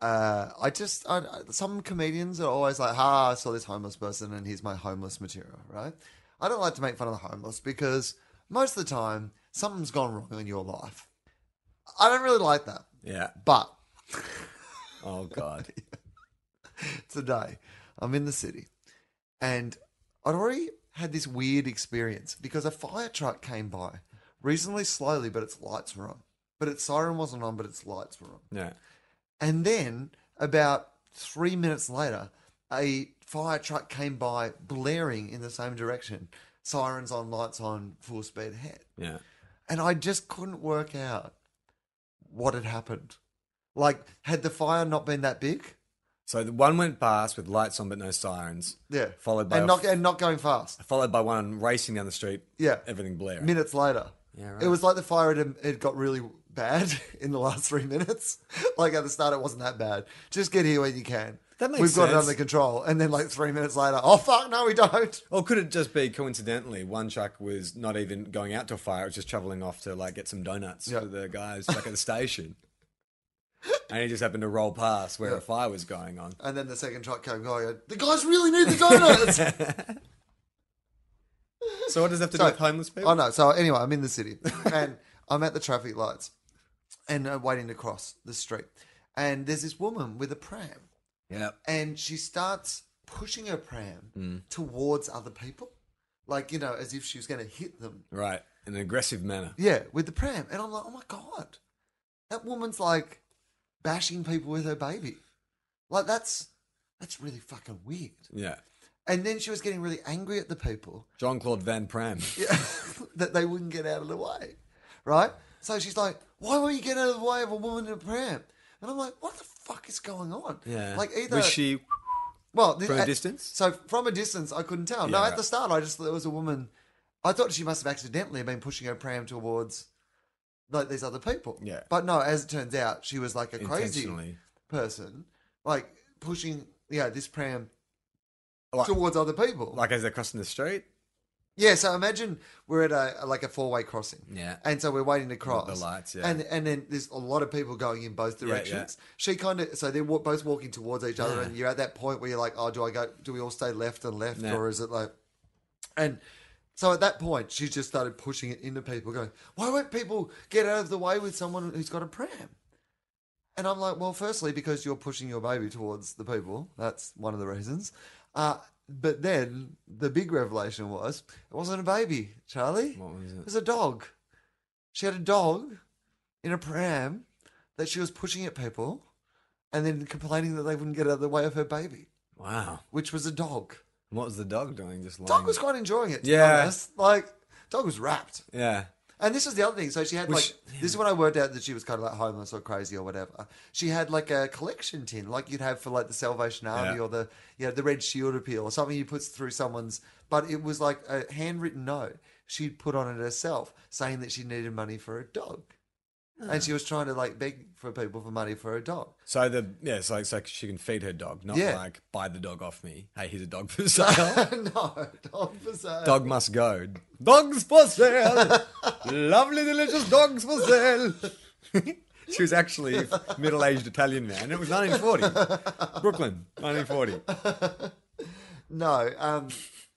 D: Uh, I just I, I- some comedians are always like, "Ah, I saw this homeless person, and here's my homeless material." Right? I don't like to make fun of the homeless because most of the time something's gone wrong in your life. I don't really like that,
C: [laughs] Yeah.
D: but
C: Oh God.
D: today. I'm in the city. And I'd already had this weird experience because a fire truck came by reasonably slowly, but its lights were on. But its siren wasn't on, but its lights were on.
C: Yeah.
D: And then about three minutes later, a fire truck came by blaring in the same direction. Sirens on, lights on, full speed ahead.
C: Yeah.
D: And I just couldn't work out what had happened. Like, had the fire not been that big?
C: So the one went past with lights on but no sirens.
D: Yeah.
C: Followed by
D: and
C: a-
D: not and not going fast.
C: Followed by one racing down the street.
D: Yeah.
C: Everything blaring.
D: Minutes later.
C: Yeah, right.
D: It was like the fire had it got really bad [laughs] in the last three minutes. [laughs] Like at the start, it wasn't that bad. Just get here when you can.
C: That makes
D: We've got it
C: sense.
D: under control. And then like three minutes later, oh fuck, no, we don't.
C: or could it just be coincidentally one truck was not even going out to a fire, it was just traveling off to like get some donuts
D: Yeah.
C: for the guys like at the
D: [laughs]
C: station. And he just happened to roll past where a fire was going on.
D: And then the second truck came going. The guys really need the
C: [laughs]
D: donuts.
C: So what does that have to
D: So-
C: do with homeless people?
D: Oh no! So anyway, I'm in the city and I'm at the traffic lights and uh, waiting to cross the street. And there's this woman with a pram,
C: Yeah.
D: and she starts pushing her pram towards other people, like you know, as if she was going to hit them.
C: Right. In an aggressive manner.
D: Yeah, with the pram, and I'm like, oh my god, that woman's like bashing people with her baby. Like that's that's really fucking weird.
C: Yeah.
D: And then she was getting really angry at the people
C: John Claude Van Pram.
D: yeah, [laughs] that they wouldn't get out of the way, right? So she's like, "Why won't you get out of the way of a woman in a pram?" And I'm like, "What the fuck is going on?"
C: Yeah.
D: like either
C: was she
D: Well, th-
C: From a
D: at-
C: distance?
D: So from a distance, I couldn't tell. no,
C: Yeah,
D: at
C: right.
D: the start, I just thought it was a woman. I thought she must have accidentally been pushing her pram towards like these other people.
C: Yeah.
D: But no, as it turns out, she was like a crazy
C: Intentionally.
D: person, like pushing yeah this pram
C: Like-
D: towards other people.
C: Like as they're crossing the street,
D: Yeah, so imagine we're at a like a four way crossing.
C: Yeah.
D: And so we're waiting to cross.
C: the lights, yeah.
D: And and then there's a lot of people going in both
C: yeah.
D: directions. She kind of so they're wa- both walking towards each other,
C: Yeah.
D: and you're at that point where you're like, oh, do I go? Do we all stay left and left,
C: Yeah.
D: or is it like? And so at that point, she just started pushing it into people, going, why won't people get out of the way with someone who's got a pram? And I'm like, well, firstly, because you're pushing your baby towards the people. That's one of the reasons. Uh, but then the big revelation was it wasn't a baby, Charlie.
C: What was it?
D: It was a dog. She had a dog in a pram that she was pushing at people and then complaining that they wouldn't get out of the way of her baby,
C: wow.
D: which was a dog.
C: What was the dog doing? Just lying.
D: Dog was quite enjoying it, to
C: Yeah.
D: be honest. Like, dog was wrapped.
C: yeah.
D: And this is the other thing. So she had
C: Which-
D: like this is when I worked out that she was kind of like homeless or crazy or whatever. She had like a collection tin, like you'd have for like the Salvation Army
C: Yeah.
D: or the you know the Red Shield appeal or something you put through someone's. But it was like a handwritten note she'd put on it herself, saying that she needed money for a dog, and she was trying to like beg for people for money for a dog. [laughs]
C: So the yeah, so so she can feed her dog, not
D: Yeah.
C: like buy the dog off me. Hey, here's a dog for sale.
D: no, dog for sale.
C: dog must go. Dogs for
D: [laughs]
C: sale. Lovely, delicious dogs for sale. [laughs] she was actually a middle-aged Italian man. It was 1940, Brooklyn, 1940.
D: No, um,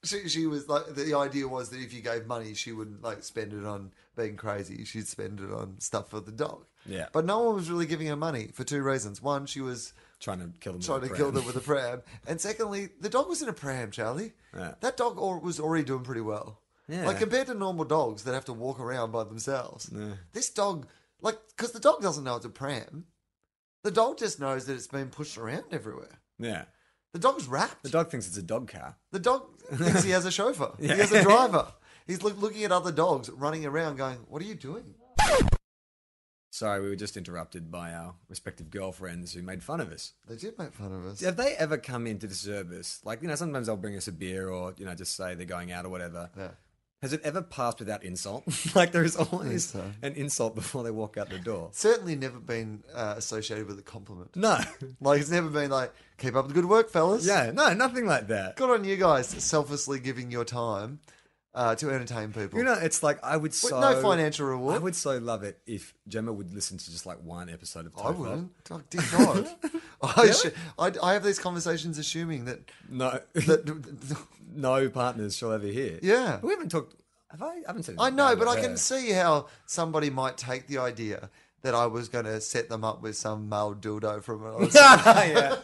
D: she, she was like the idea was that if you gave money, she wouldn't like spend it on being crazy. She'd spend it on stuff for the dog.
C: Yeah.
D: but no one was really giving her money for two reasons. One, she was
C: Trying to kill them.
D: trying to
C: with a
D: kill
C: pram.
D: them with a pram, and secondly, the dog was in a pram. Charlie,
C: Yeah.
D: that dog or, was already doing pretty well.
C: Yeah.
D: like compared to normal dogs that have to walk around by themselves, this dog, like, because the dog doesn't know it's a pram. The dog just knows that it's been pushed around everywhere.
C: [laughs] Yeah.
D: The dog's wrapped.
C: The dog thinks it's a dog car.
D: The dog
C: [laughs]
D: thinks he has a chauffeur.
C: Yeah.
D: He has a driver. He's look, looking at other dogs running around, going, "What are you doing?"
C: Sorry, we were just interrupted by our respective girlfriends who made fun of us.
D: They did make fun of us.
C: Have they ever come into the service? Like, you know, sometimes they'll bring us a beer or, you know, just say they're going out or whatever.
D: Yeah.
C: Has it ever passed without insult? [laughs] like, there is always
D: so.
C: an insult before they walk out the door.
D: Certainly never been uh, associated with a compliment.
C: No.
D: [laughs] Like it's never been like, "Keep up the good work, fellas."
C: Yeah, no, nothing like that.
D: Good on you guys, selflessly giving your time uh, to entertain people.
C: You know, it's like I would
D: With
C: so.
D: no financial reward.
C: I would so love it if Gemma would listen to just like one episode of Toph.
D: I wouldn't. Dog, dear God.
C: [laughs]
D: I, sh- I, I have these conversations assuming that,
C: No,
D: that
C: [laughs] no partners she'll ever hear.
D: Yeah.
C: But we haven't talked. Have I? I haven't said
D: I
C: anything
D: know,
C: bad
D: but
C: about
D: I
C: her.
D: can see how somebody might take the idea that I was going to set them up with some male dildo from an other
C: [laughs] yeah.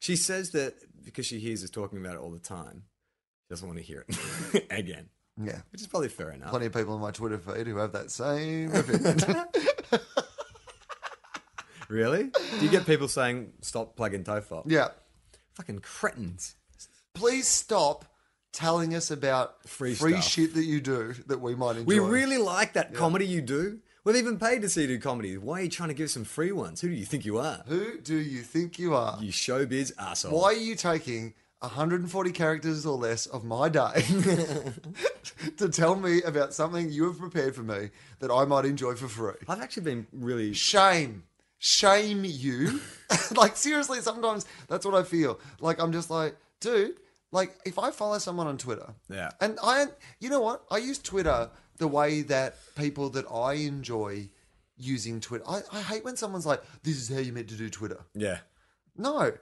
C: She says that because she hears us talking about it all the time, she doesn't want to hear it [laughs] again,
D: Yeah.
C: which is probably fair enough.
D: Plenty of people on my Twitter feed who have that
C: [laughs]
D: same opinion.
C: Really? Do you get people saying, stop plugging Tofop?
D: yeah.
C: Fucking cretins.
D: Please stop telling us about
C: Free
D: free,
C: stuff.
D: shit that you do that we might enjoy.
C: We really like that comedy you do. We've even paid to see you do comedy. Why are you trying to give us some free ones? Who do you think you are?
D: Who do you think you are?
C: You showbiz asshole.
D: Why are you taking 140 characters or less of
C: [laughs]
D: my day [laughs] to tell me about something you have prepared for me that I might enjoy for free?
C: I've actually been really.
D: shame shame you [laughs] like seriously sometimes that's what i feel like i'm just like dude like if i follow someone on twitter
C: Yeah.
D: and i you know what i use twitter the way that people that i enjoy using twitter i, I hate when someone's like this is how you meant to do twitter
C: Yeah.
D: no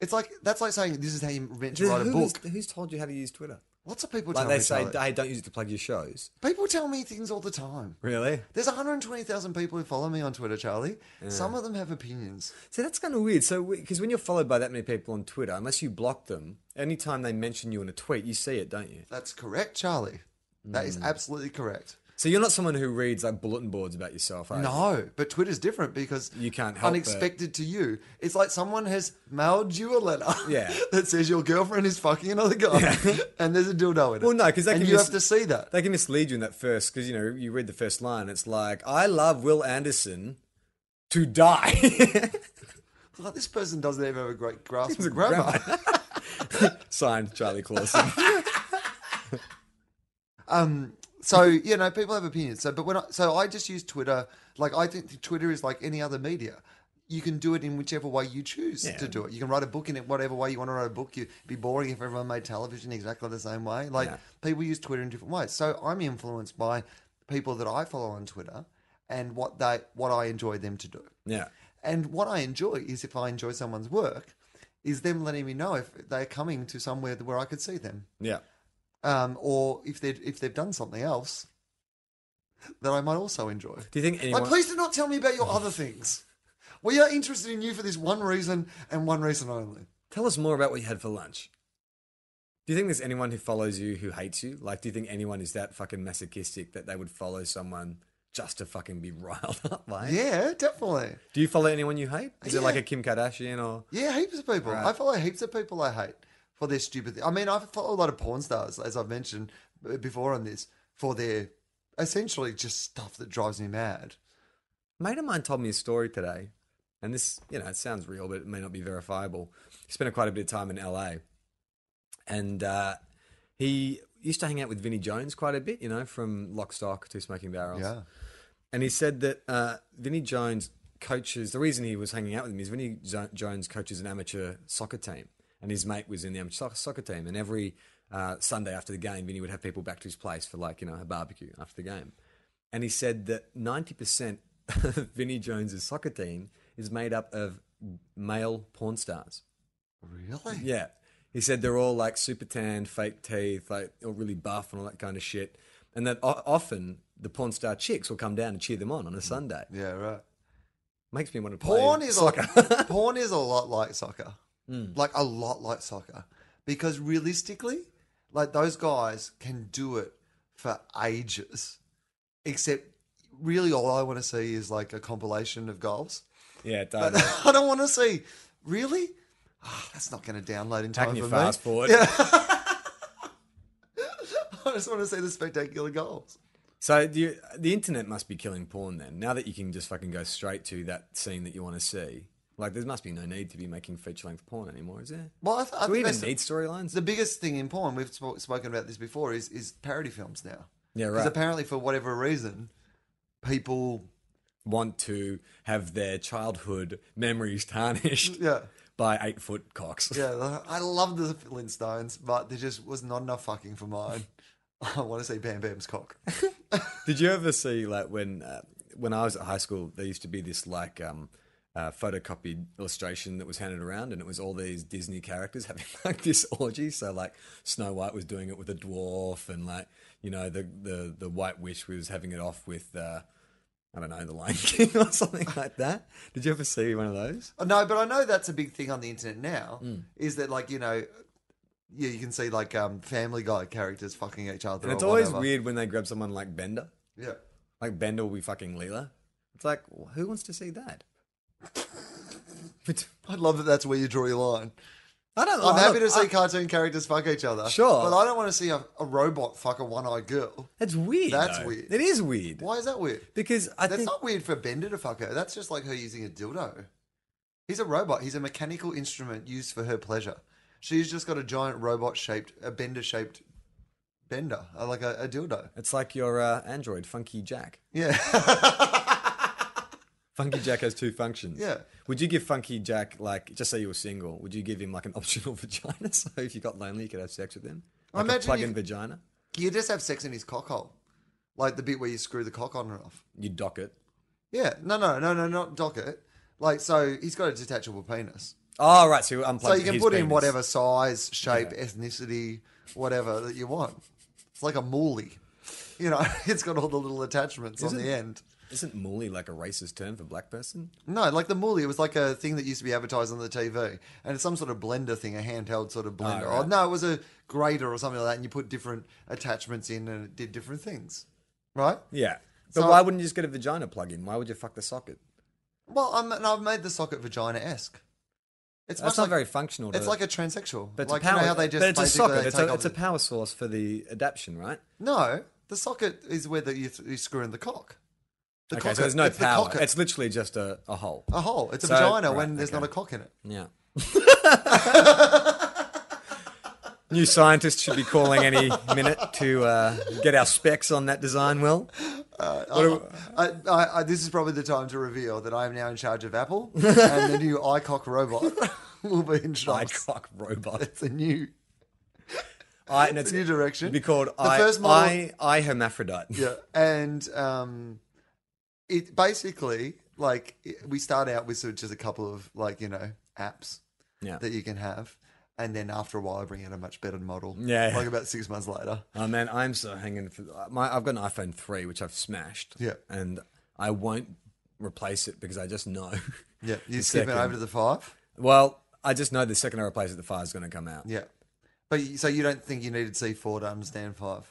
D: it's like that's like saying this is how you meant
C: [laughs]
D: to write a
C: Who
D: book
C: is- who's told you how to use Twitter?
D: lots of people
C: Like
D: tell
C: they
D: me
C: say,
D: Charlie.
C: hey, don't use it to plug your shows.
D: people tell me things all the time
C: Really?
D: there's 120,000 people who follow me on Twitter, Charlie. Some of them have opinions.
C: So that's kind of weird. So because when you're followed by that many people on Twitter, unless you block them, anytime they mention you in a tweet, you see it, don't you?
D: That's correct, Charlie. That
C: Hmm.
D: is absolutely correct.
C: So you're not someone who reads like bulletin boards about yourself, are you?
D: No, but Twitter's different because
C: You can't help
D: unexpected to you. It's like someone has mailed you a letter
C: [laughs] Yeah.
D: [laughs] that says your girlfriend is fucking another guy [laughs] and there's a dildo in it.
C: Well, no, 'cause that
D: and
C: can
D: you
C: mis-
D: have to see that.
C: They can mislead you in that first because you know you read the first line. It's like I love Will Anderson to die. [laughs]
D: Like, this person doesn't even have a great grasp
C: It's a
D: of grammar.
C: grammar. [laughs] Signed Charlie
D: [laughs]
C: Clausen.
D: Um, so you know, people have opinions. So, but when I, so I just use Twitter. Like I think Twitter is like any other media. You can do it in whichever way you choose to do it. You can write a book in it whatever way you want to write a book. You'd be boring if everyone made television exactly the same way. Like
C: Yeah.
D: people use Twitter in different ways. So I'm influenced by people that I follow on Twitter and what they what I enjoy them to do.
C: yeah.
D: And what I enjoy is if I enjoy someone's work, is them letting me know if they're coming to somewhere where I could see them
C: Yeah.
D: um, or if they if they've done something else that I might also enjoy.
C: Do you think anyone?
D: Like, please do not tell me about your other things. We are interested in you for this one reason and one reason only.
C: Tell us more about what you had for lunch. Do you think there's anyone who follows you who hates you? Like, do you think anyone is that fucking masochistic that they would follow someone just to fucking be [laughs] riled up by? it?
D: Yeah, definitely.
C: Do you follow anyone you hate? Is it
D: Yeah.
C: like a Kim Kardashian or?
D: Yeah, heaps of people.
C: Right.
D: I follow heaps of people I hate for their stupid. I mean, I follow a lot of porn stars, as I've mentioned b- before on this, for their essentially just stuff that drives me mad.
C: A mate of mine told me a story today, and this, you know, it sounds real, but it may not be verifiable. He spent quite a bit of time in LA, and uh, he used to hang out with Vinnie Jones quite a bit, you know, from Lock, Stock to Smoking Barrels.
D: Yeah.
C: And he said that uh, Vinnie Jones coaches, the reason he was hanging out with him is Vinnie Jo- Jones coaches an amateur soccer team. And his mate was in the amateur soc- soccer team. And every uh, Sunday after the game, Vinnie would have people back to his place for, like, you know, a barbecue after the game. And he said that 90% [laughs] of Vinnie Jones's soccer team is made up of male porn stars.
D: Really?
C: Yeah. He said they're all like super tanned, fake teeth, like all really buff and all that kind of shit. And that o- often the porn star chicks will come down and cheer them on on a Sunday.
D: Yeah. Right.
C: Makes me want to play
D: Mm. Porn is
C: soccer. Hmm.
D: a [laughs] porn is a lot like soccer, like a lot like soccer, because realistically, like those guys can do it for ages. Except, really, all I want to see is like a compilation of goals. [laughs]
C: yeah, it
D: But
C: does.
D: I don't want to see really. Ah, that's not going to download in
C: How
D: time
C: can you
D: for
C: fast
D: me.
C: forward?
D: [laughs] I just want to see the spectacular goals.
C: So do you, the internet must be killing porn then. Now that you can just fucking go straight to that scene that you want to see, like there must be no need to be making feature length porn anymore, is there?
D: Well, I, th- I
C: Do
D: think
C: we even
D: that's the-
C: need storylines?
D: The biggest thing in porn, we've sp- spoken about this before, is is parody films now.
C: Yeah,
D: Because
C: right.
D: apparently, for whatever reason, people
C: Want to have their childhood memories tarnished
D: yeah
C: by eight foot cocks?
D: yeah. I love the Flintstones, but there just was not enough fucking for mine. [laughs] I want to see Bam Bam's cock. Uh,
C: Did you ever see like when uh, when I was at high school, there used to be this like um, uh, photocopied illustration that was handed around, and it was all these Disney characters having [laughs] like this orgy. So like Snow White was doing it with a dwarf, and like you know the the the White Witch was having it off with. Uh, I don't know, the Lion [laughs] King or something like that. Did you ever see one of those?
D: Oh, No, but I know that's a big thing on the internet now.
C: Mm.
D: Is that like you know, yeah, you can see like um Family Guy characters fucking each other.
C: And it's
D: or
C: always
D: Oh, whatever.
C: weird when they grab someone like Bender.
D: Yeah. [laughs]
C: Like Bender will be fucking Leela. It's like, who wants to see that? But-
D: I love that. That's where you draw your line.
C: I don't.
D: I'm
C: Oh, I
D: happy
C: don't-
D: to see
C: I-
D: cartoon characters fuck each other.
C: Sure.
D: But I don't want to see a, a robot fuck a one eyed girl.
C: That's weird.
D: That's
C: though.
D: weird.
C: It is weird.
D: Why is that weird?
C: Because I
D: That's
C: think
D: not weird for Bender to fuck her. That's just like her using a dildo. He's a robot. He's a mechanical instrument used for her pleasure. She's just got a giant robot shaped, a bender shaped bender, uh, like a, a dildo.
C: it's like your uh, Android, Funky Jack.
D: Yeah. [laughs]
C: Funky Jack has two functions.
D: Yeah.
C: Would you give Funky Jack like just say you were single? Would you give him like an [laughs] optional vagina? So if you got lonely, you could have sex with him.
D: I
C: Like a
D: imagine you
C: plug-in
D: could-
C: vagina.
D: you just have sex in his cock hole, like the bit where you screw the cock on and off.
C: You dock it.
D: Yeah. No, no, no, no, not dock it. Like, so he's got a detachable penis.
C: Oh right, so you unplug.
D: So you can
C: his
D: put in
C: penis.
D: whatever size, shape,
C: Yeah.
D: ethnicity, whatever that you want. It's like a moolie. You know, [laughs] it's got all the little attachments on
C: Isn't-
D: the end.
C: Isn't "mooly" like a racist term for black person?
D: No, like the moolie, it was like a thing that used to be advertised on the TV. And it's some sort of blender thing, a handheld sort of blender.
C: Oh, right.
D: Or no, it was a grater or something like that, and you put different attachments in and it did different things. Right?
C: Yeah. But
D: So-
C: why wouldn't you just get a vagina plug-in? Why would you fuck the socket?
D: Well, I'm, and I've made the socket vagina esque. It's
C: That's
D: much
C: not
D: like,
C: very functional. To,
D: It's like a transsexual.
C: but it's
D: like
C: a power.
D: you know how they just
C: but it's a
D: basically
C: socket.
D: they
C: It's
D: take
C: a,
D: off
C: it's a
D: the-
C: power source for the adaption, right?
D: No, the socket is where the, you, you screw in the cock. The
C: okay,
D: cock-
C: so there's no
D: it's the
C: power.
D: cock-
C: It's literally just a, a hole.
D: a hole. It's a
C: So-
D: vagina
C: right,
D: when there's
C: okay.
D: not a cock in it.
C: Yeah. [laughs] New scientists should be calling any minute to uh, get our specs on that design. Well,
D: I, Uh, I, I, this is probably the time to reveal that I am now in charge
C: [laughs]
D: of Apple, and the new iCock robot [laughs] will be in charge.
C: iCock robot.
D: It's a new.
C: I, and it's,
D: new direction.
C: it'd Be called
D: The
C: I,
D: first model-
C: I, I hermaphrodite.
D: Yeah, and um, it basically like it- we start out with sort of just a couple of like you know apps
C: Yeah.
D: that you can have, and then after a while, I bring out a much better model.
C: Yeah, yeah.
D: like about six months later.
C: Oh man, I'm so hanging for uh, my. I've got an iPhone three which I've smashed.
D: Yeah.
C: and I won't replace it because I just know. [laughs]
D: Yeah, you
C: The
D: skip it
C: second.
D: over to the five.
C: Well, I just know the second I replace it, the fire's going to come out.
D: Yeah, but you- so you don't think you needed C four to understand five?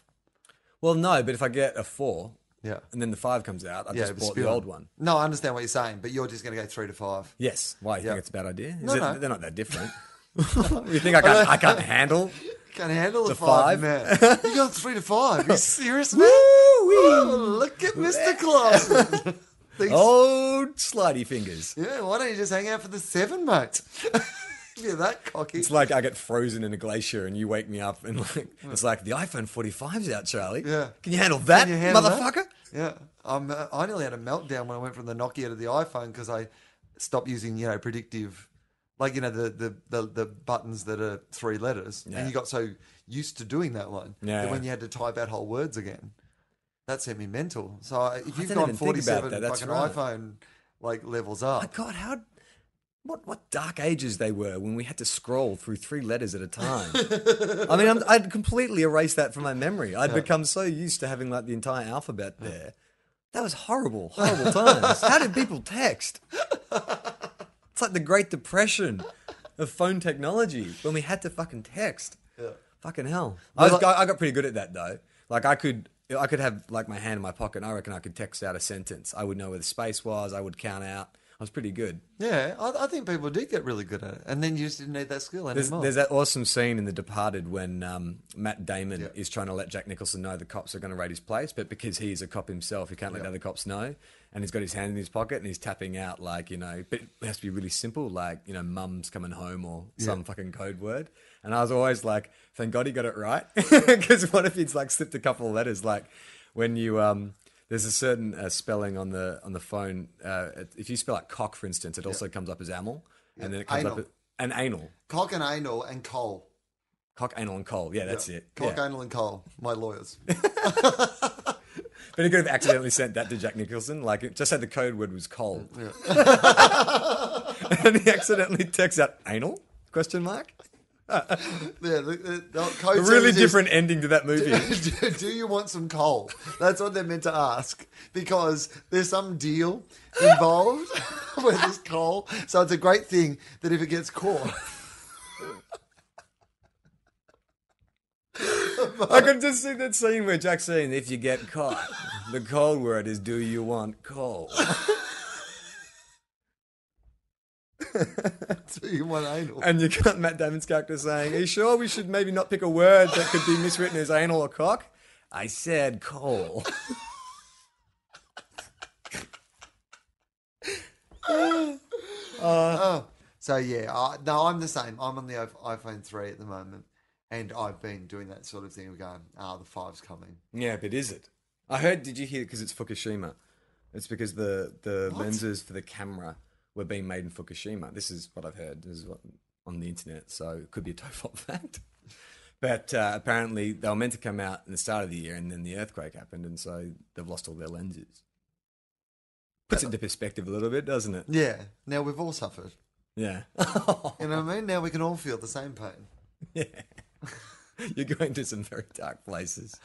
C: Well, no, but if I get a four
D: Yeah,
C: and then the five comes out, I've
D: yeah.
C: just
D: but
C: bought
D: spill
C: the
D: on.
C: old one.
D: No, I understand what you're saying, but you're just going to go three to five.
C: Yes. Why you
D: Yeah.
C: think it's a bad idea? Is
D: No,
C: it-
D: no.
C: They're not that different.
D: [laughs]
C: you think I can't? I can't handle.
D: Can handle the
C: To
D: five,
C: five? [laughs]
D: man. You got three to five. You serious, man?
C: Woo-wee.
D: Oh, look at
C: [laughs]
D: Mr. Clausen. Thanks.
C: Oh. Old slidey fingers.
D: Yeah, why don't you just hang out for the seven, mate? [laughs] if you're that cocky.
C: It's like I get frozen in a glacier and you wake me up and like it's like the iPhone 45's out, Charlie.
D: Yeah.
C: Can you handle that,
D: you handle that?
C: motherfucker?
D: yeah, I'm, uh, I nearly had a meltdown when I went from the Nokia to the iPhone because I stopped using, you know, predictive, like, you know, the, the, the, the buttons that are three letters.
C: Yeah.
D: And you got so used to doing that one
C: Yeah,
D: that
C: yeah.
D: when you had to type out whole words again, that sent me mental. So I- if you've
C: didn't
D: gone
C: even think about
D: 47
C: that, that's
D: fucking
C: right.
D: iPhone, like, levels up.
C: My God, how what what dark ages they were when we had to scroll through three letters at a time. I mean, I'm, I'd completely erased that from my memory. I'd become so used to having like the entire alphabet there. That was horrible, horrible [laughs] times. How did people text? It's like the Great Depression of phone technology when we had to fucking text. Fucking hell. I, was, I got pretty good at that though. Like I could, I could have like my hand in my pocket, and I reckon I could text out a sentence. I would know where the space was. I would count out. I was pretty good.
D: Yeah, I, I think people did get really good at it, and then you just didn't need that skill
C: There's,
D: anymore.
C: there's that awesome scene in The Departed when um, Matt Damon
D: Yeah.
C: is trying to let Jack Nicholson know the cops are going to raid his place, but because he's a cop himself, he can't let the other cops know. And he's got his hand in his pocket and he's tapping out, like, you know, but it has to be really simple, like, you know, mum's coming home or some fucking code word. And I was always like, thank God he got it right. [laughs] Because what if he'd like slipped a couple of letters? Like, when you, um, there's a certain uh, spelling on the on the phone. Uh, if you spell like cock, for instance, it also comes up as amel, and then it comes up
D: Anal.
C: as, an anal.
D: Cock and anal and coal.
C: Cock, anal, and coal. Yeah, that's
D: Yeah.
C: it.
D: Cock,
C: Yeah.
D: anal, and coal. My lawyers.
C: But he could have accidentally sent that to Jack Nicholson. Like, it just said the code word was coal. [laughs] and
D: [laughs]
C: he accidentally texts out anal? Question mark.
D: yeah, the, the,
C: [laughs]
D: the
C: A
D: code
C: really
D: service
C: different ending to that movie.
D: Is, [laughs] do, do you want some coal? That's what they're meant to ask because there's some deal involved [laughs] with this coal. So it's a great thing that if it gets caught, [laughs]
C: I could just see that scene where Jack's saying, "If you get caught, the cold word is do you want coal?"
D: do you want anal?
C: And you got Matt Damon's character saying, "Are you sure we should maybe not pick a word that could be miswritten as anal or cock?" I said coal.
D: So yeah, I, no, I'm the same. I'm on the i- iPhone three at the moment, and I've been doing that sort of thing of going, ah, the five's coming.
C: Yeah, but is it? I heard. Did you hear? Because it's Fukushima. It's because the the lenses for the camera were being made in Fukushima. This is what I've heard. This is what on the internet, so it could be a [laughs] tofop fact. But uh, apparently, they were meant to come out in the start of the year, and then the earthquake happened, and so they've lost all their lenses. Puts it into perspective a little bit, doesn't it?
D: Yeah. Now we've all suffered.
C: Yeah. [laughs]
D: You know what I mean? Now we can all feel the same pain.
C: yeah. You're going to some very dark places.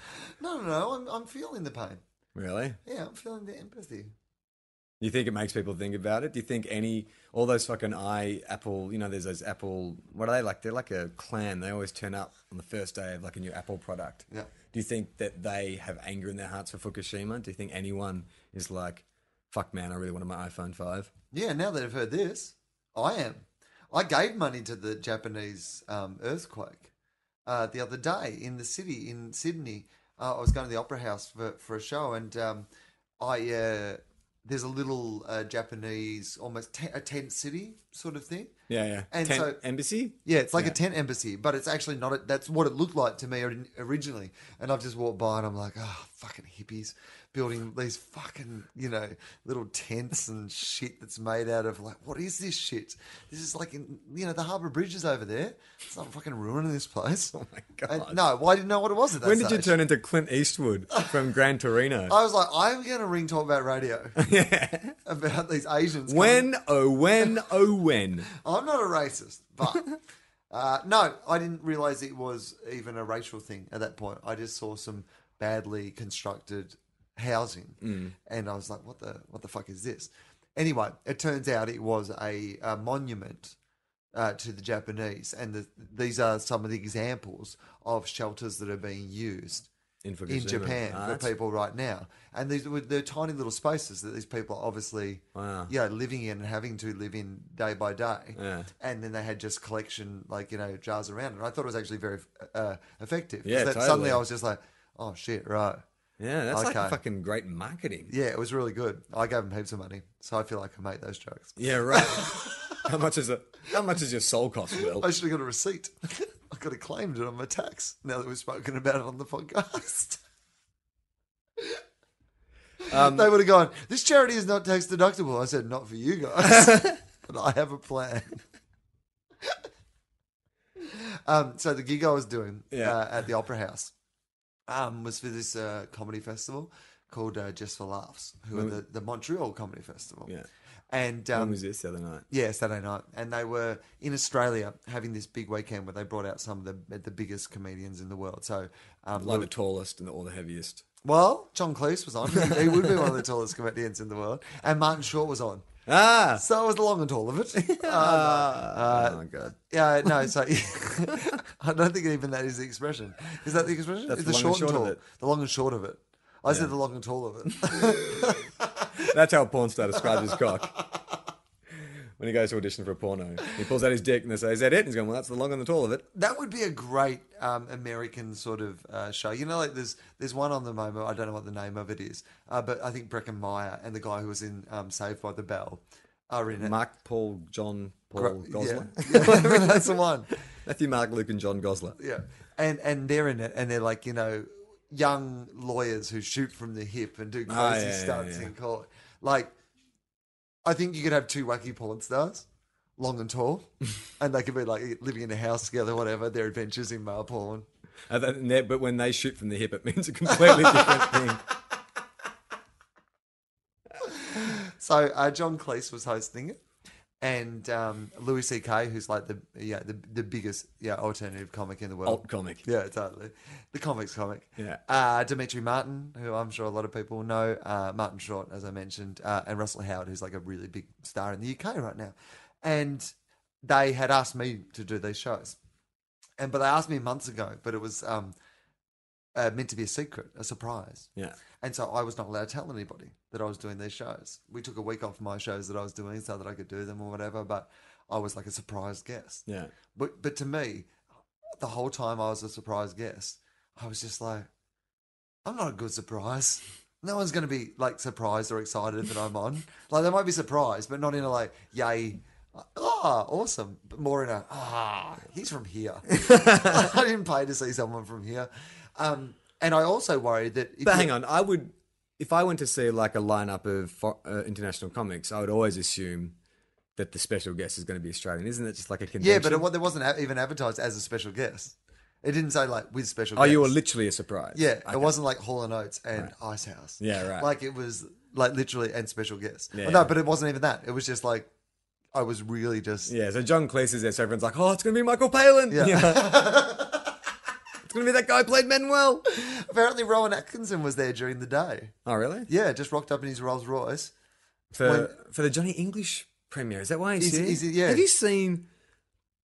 D: No, no, no. I'm, I'm feeling the pain.
C: Really?
D: Yeah, I'm feeling the empathy.
C: You think it makes people think about it? Do you think any all those fucking i Apple? You know, there's those Apple. What are they like? They're like a clan. They always turn up on the first day of like a new Apple product.
D: Yeah.
C: Do you think that they have anger in their hearts for Fukushima? Do you think anyone is like, "Fuck, man, I really wanted my iPhone 5?
D: Yeah. Now that I've heard this, I am. I gave money to the Japanese um, earthquake uh, the other day in the city in Sydney. Uh, I was going to the Opera House for, for a show, and um, I uh, there's a little uh, Japanese, almost te- a tent city sort of thing.
C: Yeah, yeah.
D: And
C: Tent
D: so-
C: embassy.
D: Yeah, it's like a tent embassy, but it's actually not. A, that's what it looked like to me orin- originally. And I've just walked by and I'm like, oh, fucking hippies building these fucking, you know, little tents and shit that's made out of like, what is this shit? This is like, in, you know, the Harbour Bridge is over there. It's not fucking ruining this place. [laughs] Oh
C: my God.
D: no, well, I didn't know what it was at that
C: When did you
D: stage.
C: turn into Clint Eastwood from Gran Torino?
D: [laughs] I was like, I'm going to ring Talk About [laughs] Radio about these Asians. coming
C: when, oh, when, oh, when.
D: I'm not a racist,
C: [laughs]
D: but uh, no, I didn't realize it was even a racial thing at that point. I just saw some badly constructed housing,
C: Mm.
D: and I was like, "What the what the fuck is this?" Anyway, it turns out it was a, a monument uh, to the Japanese, and the, these are some of the examples of shelters that are being used
C: In,
D: in
C: Fukushima.
D: Japan
C: Ah,
D: for
C: that's-
D: people right now. And these were they're tiny little spaces that these people are obviously
C: Wow.
D: you know, living in and having to live in day by day.
C: Yeah.
D: And then they had just collection like, you know, jars around it. I thought it was actually very uh, effective. 'Cause
C: Yeah,
D: that-
C: totally.
D: Suddenly I was just like, oh shit, right.
C: Yeah, that's
D: Okay.
C: like fucking great marketing.
D: Yeah, it was really good. I gave them heaps of money. So I feel like I made those jokes.
C: Yeah,
D: [laughs]
C: right. how much is it? How much is your soul cost, Will?
D: I should have got a receipt. [laughs] I could have claimed it on my tax now that we've spoken about it on the podcast.
C: Um,
D: they would have gone, This charity is not tax deductible. I said, Not for
C: [laughs]
D: you guys, but I have a plan. [laughs] um, so, the gig I was doing
C: Yeah.
D: uh, at the Opera House um, was for this uh, comedy festival called uh, Just for Laughs, who are the, the Montreal Comedy Festival.
C: Yeah.
D: And
C: When
D: um,
C: was this the other night?
D: yeah, Saturday night, and they were in Australia having this big weekend where they brought out some of the the biggest comedians in the world. So, um,
C: Like the tallest and all the heaviest.
D: well, John Cleese was on; he would be one of the tallest comedians in the world, and Martin Short was on.
C: Ah!
D: So it was the long and tall of it. [laughs]
C: oh my god.
D: yeah, no, so [laughs] I don't think even that is the expression. Is that the expression?
C: That's
D: It's
C: the long and short of
D: tall.
C: it.
D: The long and short of it. I said the long and tall of it.
C: That's how a porn star describes his cock. [laughs] When he goes to audition for a porno, he pulls out his dick and they say, "Is that it?" And he's going, "Well, that's the long and the tall of it."
D: That would be a great um, American sort of uh, show. You know, like there's there's one on the moment. I don't know what the name of it is, uh, but I think Brecken Meyer and the guy who was in um, Saved by the Bell are in it.
C: Mark, Paul, John,
D: Gro-
C: Paul Gosler,
D: Yeah. [laughs] Yeah, that's the one.
C: [laughs] Matthew, Mark, Luke, and John Gosler.
D: Yeah, and and they're in it, and they're like you know young lawyers who shoot from the hip and do crazy
C: Ah, yeah, yeah,
D: stunts
C: yeah.
D: in court. Like, I think you could have two wacky porn stars. Long and
C: [laughs]
D: tall, and they could be like living in a house together, whatever. Their adventures in male porn.
C: And then- Uh, and they- But when they shoot from the hip, it [laughs] means a completely different thing.
D: So uh, John Cleese was hosting it, and um, Louis C.K., who's like the yeah the, the biggest yeah alternative comic in the world.
C: Alt comic.
D: Yeah, totally. The comics comic.
C: Yeah.
D: Uh, Dimitri Martin, who I'm sure a lot of people know, uh, Martin Short, as I mentioned, uh, and Russell Howard, who's like a really big star in the UK right now, and they had asked me to do these shows, and but they asked me months ago, but it was um, uh, meant to be a secret, a surprise.
C: Yeah.
D: And so I was not allowed to tell anybody that I was doing these shows. We took a week off my shows that I was doing so that I could do them or whatever, but I was like a surprise guest.
C: Yeah.
D: But but to me, the whole time I was a surprise guest, I was just like, I'm not a good surprise. No one's going to be like surprised or excited that
C: [laughs]
D: I'm on. Like they might be surprised, but not in a like, yay, ah, awesome. But more in a, ah, he's from here. [laughs] I didn't pay to see someone from here. Um, and I also worried that if
C: But
D: you-
C: hang on, I would, if I went to see like a lineup of fo- uh, international comics, I would always assume that the special guest is going to be Australian. Isn't it just like a convention?
D: Yeah, but it, wa- there wasn't a- even advertised as a special guest. It didn't say like with special.
C: oh, you were
D: guest.
C: literally a surprise.
D: Yeah,
C: Okay.
D: it wasn't like Hall and Oates and Ice House.
C: Yeah, right.
D: Like it was like literally and special guest.
C: Yeah,
D: Well, no,
C: yeah.
D: but it wasn't even that. It was just like I was really just
C: Yeah, so John Cleese is there, so everyone's like, "Oh, it's going to be Michael Palin."
D: Yeah.
C: You know?
D: [laughs]
C: it's going to be that guy who played Manuel.
D: apparently Rowan Atkinson was there during the day.
C: Oh, really?
D: Yeah, just rocked up in his Rolls Royce.
C: For
D: When-
C: for the Johnny English premiere, is that why he's
D: Is-
C: here?
D: is it- yeah.
C: Have you seen?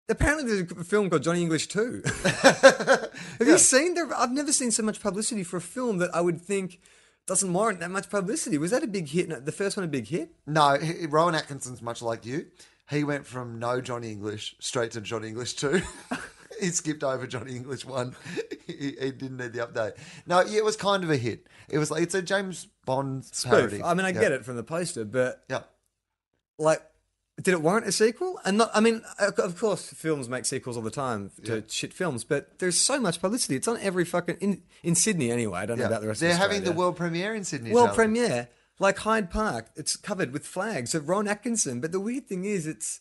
C: Apparently, there's a film called Johnny English
D: [laughs]
C: Two. Have you seen? There, I've never seen so much publicity for a film that I would think doesn't warrant that much publicity. Was that a big hit? No, the first one a big hit?
D: No, he, Rowan Atkinson's much like you. He went from no Johnny English straight to Johnny English 2. [laughs] he skipped over Johnny [laughs] English 1. he, he didn't need the update. No, yeah, it was kind of a hit. It was like, it's a James Bond parody.
C: Spoof. I mean, I get it from the poster, but
D: Yeah.
C: like, did it warrant a sequel? And not, I mean, of of course, films make sequels all the time to shit films, but there's so much publicity. It's on every fucking in in Sydney anyway. I don't know
D: yeah.
C: about the rest.
D: They're
C: of
D: having the
C: Australia.
D: world premiere in Sydney.
C: world
D: Charlie.
C: premiere, like Hyde Park. It's covered with flags of Ron Atkinson. But the weird thing is, it's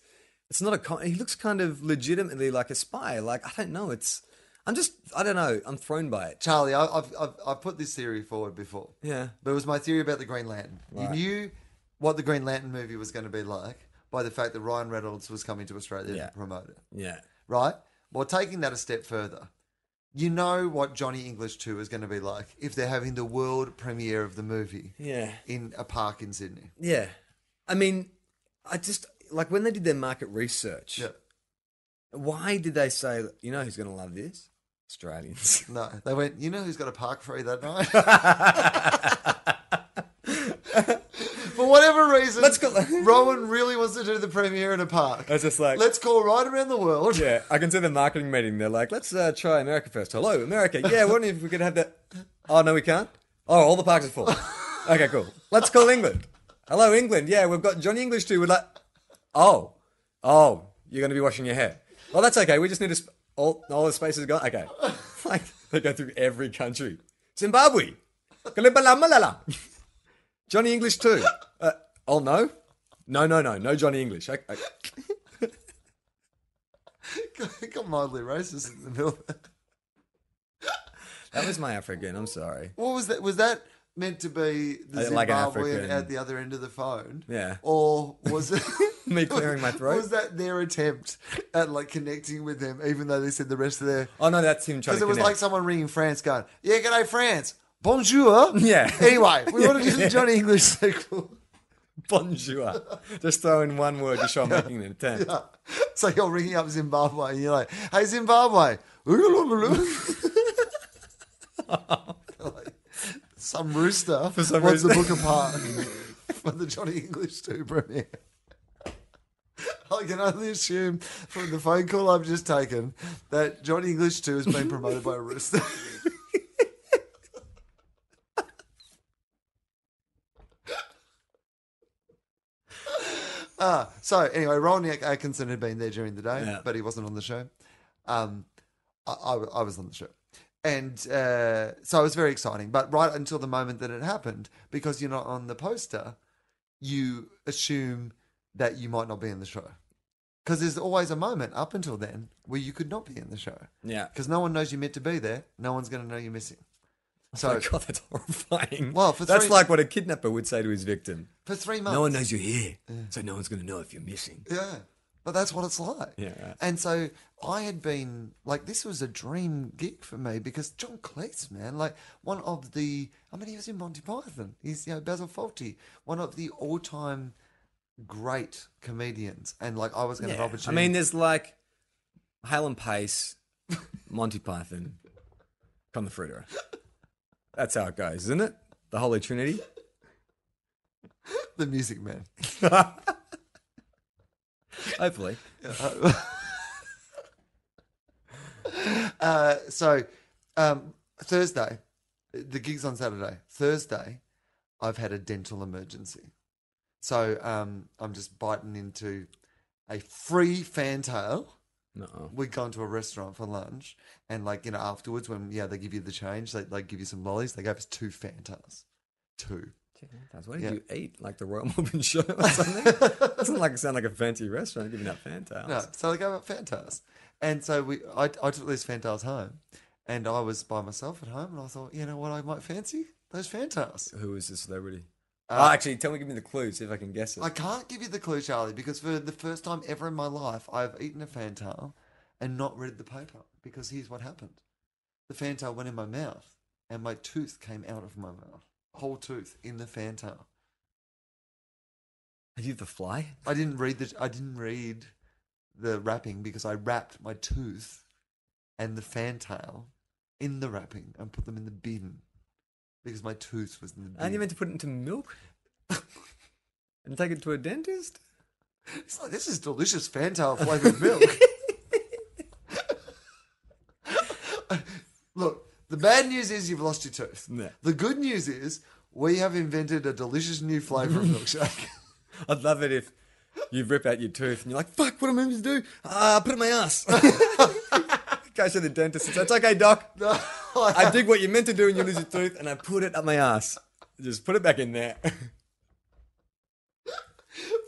C: it's not a. Con- he looks kind of legitimately like a spy. Like I don't know. It's I'm just I don't know. I'm thrown by it.
D: Charlie, I, I've, I've I've put this theory forward before.
C: Yeah.
D: But it was my theory about the Green Lantern.
C: Right.
D: You knew what the Green Lantern movie was going to be like by the fact that Ryan Reynolds was coming to Australia
C: Yeah.
D: to promote it,
C: Yeah.
D: right? Well, taking that a step further, you know what Johnny English 2 is going to be like if they're having the world premiere of the movie
C: Yeah.
D: in a park in Sydney.
C: Yeah. I mean, I just like when they did their market research.
D: Yeah.
C: Why did they say you know who's going to love this? Australians.
D: No, they went, you know who's got a park free that
C: [laughs]
D: night? [laughs] For whatever reason,
C: Let's [laughs] go-
D: Rowan really wants to do the premiere in a park.
C: I was just like.
D: Let's call right around the world. [laughs]
C: yeah, I can see the marketing meeting. They're like, let's uh, try America first. Hello, America. Yeah, wondering if we could have that. Oh, no, we can't. Oh, all the parks are full. Okay, cool. Let's call England. Hello, England. Yeah, we've got Johnny English too. We're like, oh, oh, you're going to be washing your hair. Well, that's okay. We just need to. Sp- all, all the space is gone. Okay. Like, they go through every country. Zimbabwe. Kalibalamalala. Johnny English too. Uh, oh, no. No, no, no. No Johnny English. Okay.
D: Got mildly racist in the middle. of that.
C: That was my African. I'm sorry.
D: What was that? Was that meant to be the
C: Uh, like an
D: Zimbabwean
C: African-
D: at the other end of the phone?
C: Yeah.
D: Or was it
C: [laughs] Me clearing my throat?
D: Was that their attempt at like connecting with them, even though they said the rest of their?
C: Oh no, that's him trying
D: Because
C: to
D: it was
C: connect.
D: like someone ringing France, going, "Yeah, g'day France, bonjour."
C: Yeah.
D: Anyway, we want
C: [laughs]
D: to do the Johnny English sequel.
C: bonjour.
D: [laughs]
C: Just throw in one word to show I'm making an attempt.
D: So you're ringing up Zimbabwe and you're like, hey, Zimbabwe. [laughs] Like, some rooster
C: For some
D: wants the
C: reason-
D: book apart [laughs] for the Johnny English 2 premiere. [laughs] I can only assume from the phone call I've just taken that Johnny English 2 has been promoted by a rooster. [laughs] Ah, so anyway, Rowan Atkinson had been there during the day,
C: Yeah.
D: but he wasn't on the show. Um, I, I, w- I was on the show. And uh, so it was very exciting. But right until the moment that it happened, because you're not on the poster, you assume that you might not be in the show. Because there's always a moment up until then where you could not be in the show.
C: Yeah.
D: Because no one knows you're meant to be there. No one's going to know you're missing. So
C: Oh god, that's [laughs] horrifying.
D: Well, for
C: that's
D: three-
C: like what a kidnapper would say to his victim.
D: for three months.
C: No one knows you're here, so no one's going to know if you're missing.
D: Yeah. But that's what it's like.
C: Yeah.
D: And so I had been like, this was a dream gig for me because John Cleese, man, like one of the, I mean, he was in Monty Python. He's, you know, Basil Fawlty, one of the all time great comedians. And like, I was going to
C: Yeah.
D: have
C: I
D: opportunity.
C: mean, there's like Hale and
D: [laughs]
C: Pace, Monty Python, Come the Fruiterer. That's how it goes, isn't it? The Holy Trinity.
D: the music man. [laughs]
C: Hopefully.
D: Uh, so um, Thursday, the gig's on Saturday. Thursday, I've had a dental emergency. So um, I'm just biting into a free fantail
C: No.
D: we'd gone to a restaurant for lunch, and like you know afterwards when yeah they give you the change, they like give you some lollies. They gave us two Fantas, two.
C: What did
D: Yeah.
C: you eat? Like the Royal [laughs] Melbourne Show or
D: [laughs]
C: something? Doesn't like sound like a fancy restaurant giving out fantails.
D: No, so they gave up Fantas, and so we I, I took these Fantas home, and I was by myself at home, and I thought you know what I might fancy those Fantas.
C: Who is the celebrity? oh, actually, tell me, give me the clue, see if I can guess it.
D: Uh, I can't give you the clue, Charlie, because for the first time ever in my life, I've eaten a Fantail and not read the paper. Because here's what happened: the Fantail went in my mouth, and my tooth came out of my mouth, whole tooth in the Fantail.
C: Are you the fly?
D: I didn't read the I didn't read the wrapping because I wrapped my tooth and the fantail in the wrapping and put them in the bin because my tooth was in the bin.
C: Aren't you meant to put it into milk [laughs] and take it to a dentist?
D: It's like Oh, this is delicious fantail flavored milk. [laughs] Look, the bad news is you've lost your tooth.
C: Yeah.
D: The good news is We have invented a delicious new flavour of milkshake. [laughs]
C: I'd love it if you rip out your tooth and you're like, fuck, what am I meant to do? Ah, put it in my ass. [laughs] Goes to the dentist and says, it's okay, doc. I dig what you meant to do when you lose your tooth and I put it up my ass. Just put it back in there. [laughs]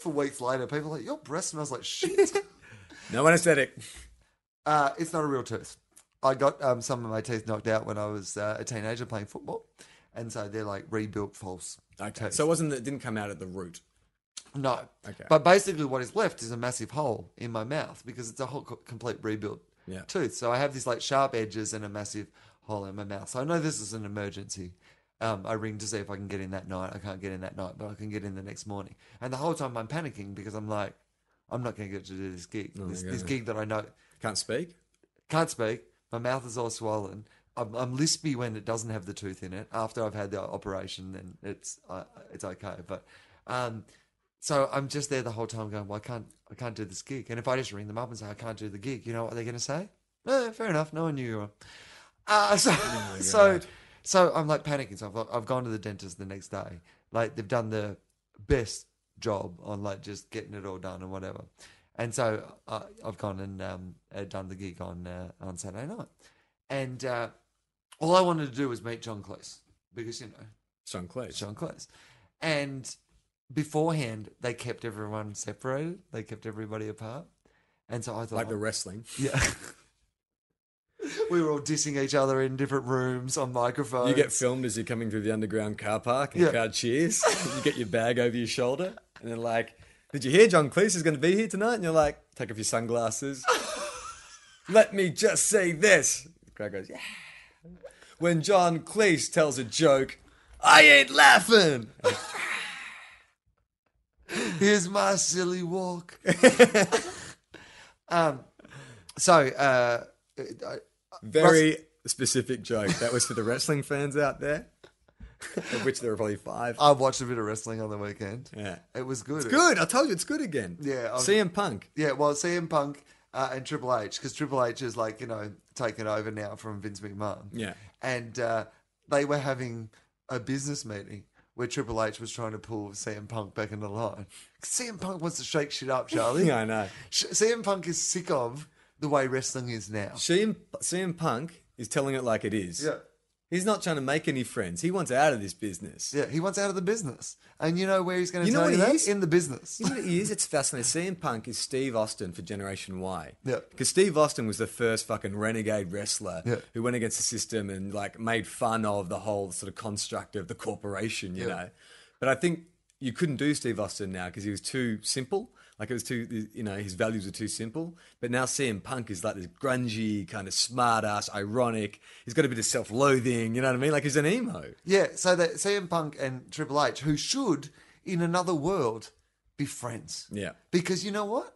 D: For weeks later, people are like, your breast smells like shit.
C: [laughs] no anesthetic.
D: Uh, it's not a real tooth. I got um, some of my teeth knocked out when I was uh, a teenager playing football, and so they're like rebuilt false.
C: Okay. So it wasn't that it didn't come out at the root.
D: No,
C: Okay.
D: but basically what is left is a massive hole in my mouth because it's a whole co- complete rebuilt
C: Yeah.
D: tooth. So I have these like sharp edges and a massive hole in my mouth. So I know this is an emergency. Um, I ring to see if I can get in that night. I can't get in that night, but I can get in the next morning. And the whole time I'm panicking because I'm like, I'm not going to get to do this gig.
C: Oh my
D: this, this
C: God.
D: gig that I know
C: Can't speak.
D: can't speak. My mouth is all swollen. I'm, I'm lispy when it doesn't have the tooth in it. After I've had the operation, then it's uh, it's okay. But um, so I'm just there the whole time going, well, I can't I can't do this gig. And if I just ring them up and say I can't do the gig, you know what they're going to say? Eh, fair enough. No one knew you were. Uh, [laughs] so so so I'm like panicking. So I've, I've gone to the dentist the next day. Like they've done the best job on like just getting it all done and whatever. And so I, I've gone and um, uh, done the gig on uh, on Saturday night, and uh, all I wanted to do was meet John Close because you know
C: Sean Cleese.
D: John Close, and beforehand they kept everyone separated. They kept everybody apart, and so I thought,
C: Like the wrestling.
D: yeah.
C: [laughs]
D: We were all dissing each other in different rooms on microphones.
C: You get filmed as you're coming through the underground car park and
D: Yeah.
C: the crowd cheers. you get your bag over your shoulder and they're like, Did you hear John Cleese is going to be here tonight? And you're like, Take off your
D: [laughs]
C: sunglasses. Let me just say this. The crowd goes, Yeah. When John Cleese tells a joke, I ain't laughing.
D: Here's my
C: [laughs]
D: silly walk. um, so uh, I,
C: Very specific joke. That was for the wrestling fans out there, of which there are probably five.
D: I watched a bit of wrestling on the weekend.
C: Yeah.
D: It was good. It's
C: Good. I told you it's good again.
D: Yeah, I was-
C: CM Punk.
D: Yeah, well, CM Punk uh, and Triple H, because Triple H is like, you know, taken over now from Vince McMahon.
C: Yeah.
D: And uh, they were having a business meeting where Triple H was trying to pull CM Punk back into line. 'Cause CM Punk wants to shake shit
C: [laughs]
D: up, Charlie.
C: Yeah, I know.
D: Sh- CM Punk is sick of the way wrestling is now.
C: CM, CM Punk is telling it like it is.
D: Yeah.
C: He's not trying to make any friends. He wants out of this business.
D: Yeah, he wants out of the business. And you know where he's going to
C: You know
D: tell
C: what
D: you
C: he
D: that?
C: is?
D: In the business.
C: You know what it is? It's fascinating. CM Punk is Steve Austin for Generation Y.
D: Yeah.
C: Because Steve Austin was the first fucking renegade wrestler
D: Yeah.
C: who went against the system and like made fun of the whole sort of construct of the corporation, you
D: Yeah.
C: know. But I think you couldn't do Steve Austin now because he was too simple. Like it was too, you know, his values were too simple. But now CM Punk is like this grungy, kind of smart ass, ironic. He's got a bit of self loathing, you know what I mean? Like he's an emo.
D: Yeah, so that CM Punk and Triple H, who should, in another world, be friends.
C: Yeah.
D: Because you know what?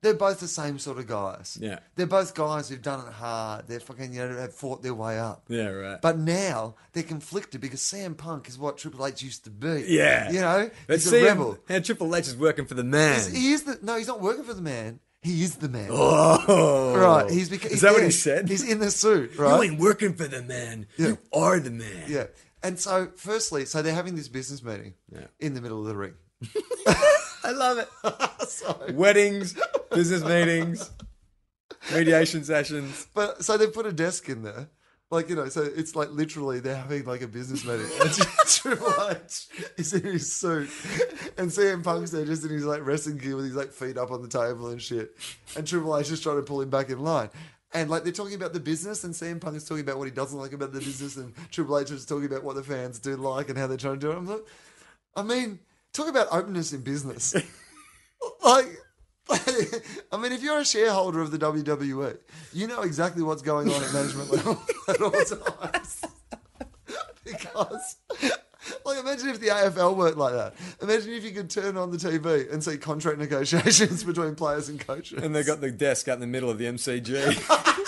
D: They're both the same sort of guys.
C: Yeah.
D: They're both guys who've done it hard. They're fucking, you know, have fought their way up.
C: Yeah, right.
D: But now they're conflicted because CM Punk is what Triple H used to be.
C: yeah.
D: You know,
C: Let's
D: he's
C: see
D: a
C: him-
D: rebel.
C: how Triple H is working for the man.
D: He is the, no, he's not working for the man. He is the man.
C: Oh,
D: Right. He's beca-
C: is that what
D: yeah,
C: he said?
D: He's in the suit,
C: [laughs] you
D: right?
C: ain't working for the man. You are the man.
D: Yeah. And so, firstly, so they're having this business meeting
C: Yeah.
D: in the middle of the ring.
C: I love it.
D: [laughs]
C: Weddings, business meetings, mediation sessions.
D: But so they put a desk in there. Like, you know, so it's like literally they're having like a business meeting. [laughs] And it's Triple H is in his suit. And CM Punk's there just in his like wrestling gear with his like feet up on the table and shit. And Triple H is trying to pull him back in line. And like they're talking about the business, and CM Punk is talking about what he doesn't like about the business, and Triple H is talking about what the fans do like and how they're trying to do it. I'm like, I mean, talk about openness in business. [laughs] like, [laughs] I mean, if you're a shareholder of the WWE, you know exactly what's going on at management level [laughs] at all times. [laughs] because, like, imagine if the AFL worked like that. Imagine if you could turn on the TV and see contract [laughs] negotiations between players and coaches.
C: And they got the desk out in the middle of the
D: [laughs]
C: MCG.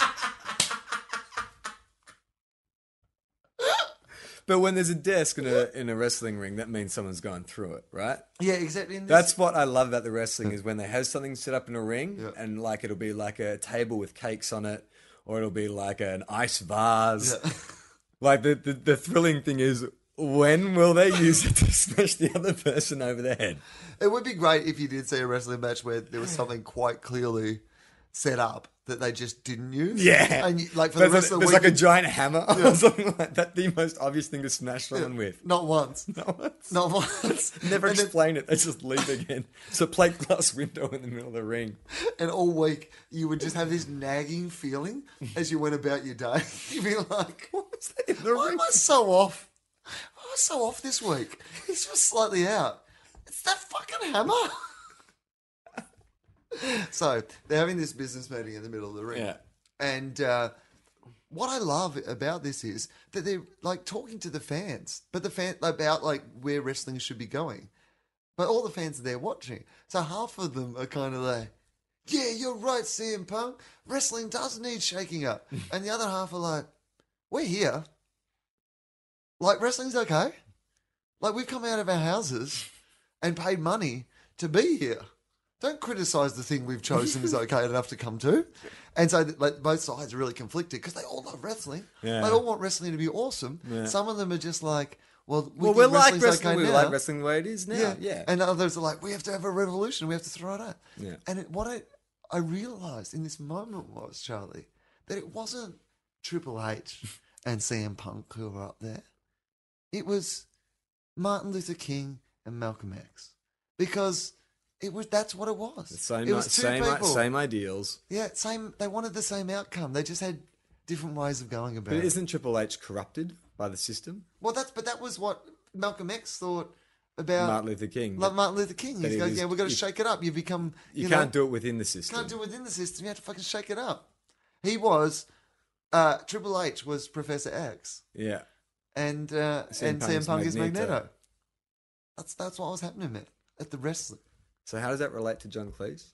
C: but when there's a desk in a in a wrestling ring, that means someone's gone through it, right?
D: yeah, exactly. In this,
C: That's what I love about the wrestling is when they have something set up in a ring
D: Yeah.
C: and like it'll be like a table with cakes on it or it'll be like an ice vase.
D: Yeah.
C: [laughs] Like the, the the thrilling thing is When will they use it to smash the other person over the head?
D: It would be great if you did see a wrestling match where there was something quite clearly set up that they just didn't use.
C: Yeah.
D: and you, like for
C: There's,
D: the rest
C: a,
D: of the
C: there's
D: week,
C: like a giant hammer or something like that. The most obvious thing to smash someone with.
D: not once,
C: No,
D: [laughs] not once.
C: Never
D: and, then-
C: explain it. They just leave again. It's a plate glass [laughs] window in the middle of the ring.
D: and all week you would just have this nagging feeling as you went about your day. [laughs] You'd be like,
C: What's that in the
D: Why
C: ring?
D: am I so off? Why am I so off this week? It's just slightly out. It's that fucking hammer. [laughs] so they're having this business meeting in the middle of the ring.
C: Yeah.
D: And uh, what I love about this is that they're like talking to the fans, but the fan about like where wrestling should be going. But all the fans are there watching. So half of them are kind of like, yeah, you're right, CM Punk. Wrestling does need shaking up. And the other half are like, we're here. Like, wrestling's okay. Like, we've come out of our houses and paid money to be here. Don't criticize the thing we've chosen
C: [laughs]
D: is okay enough to come to. And so, like, both sides are really conflicted because they all love wrestling.
C: Yeah.
D: They all want wrestling to be awesome.
C: Yeah.
D: Some of them are just like, well, we
C: well,
D: think
C: we're like
D: wrestling's
C: wrestling.
D: okay
C: we
D: now.
C: like wrestling the way it is now. Yeah.
D: And others are like, we have to have a revolution. We have to throw it out.
C: Yeah.
D: And it, what I, I realized in this moment was, Charlie, that it wasn't Triple H
C: [laughs]
D: and CM Punk who were up there. It was Martin Luther King and Malcolm X. Because it was that's what it was.
C: same,
D: it
C: i-
D: was
C: same, i- same ideals.
D: Yeah, same. They wanted the same outcome. They just had different ways of going about
C: But
D: it.
C: isn't Triple H corrupted by the system?
D: Well, that's but that was what Malcolm X thought about
C: Martin Luther King.
D: like Martin Luther King.
C: But
D: He's
C: it
D: going,
C: is-
D: yeah, we've got to
C: you-
D: shake it up. You become,
C: you
D: you,
C: can't
D: know,
C: do it within the system.
D: can't do it within the system. You have to fucking shake it up. He was uh, Triple H was Professor X,
C: Yeah.
D: and uh,
C: CM
D: and
C: Punk's
D: CM Punk is
C: Magneto.
D: Magneto. That's that's what was happening at at the wrestling.
C: So how does that relate to John Cleese?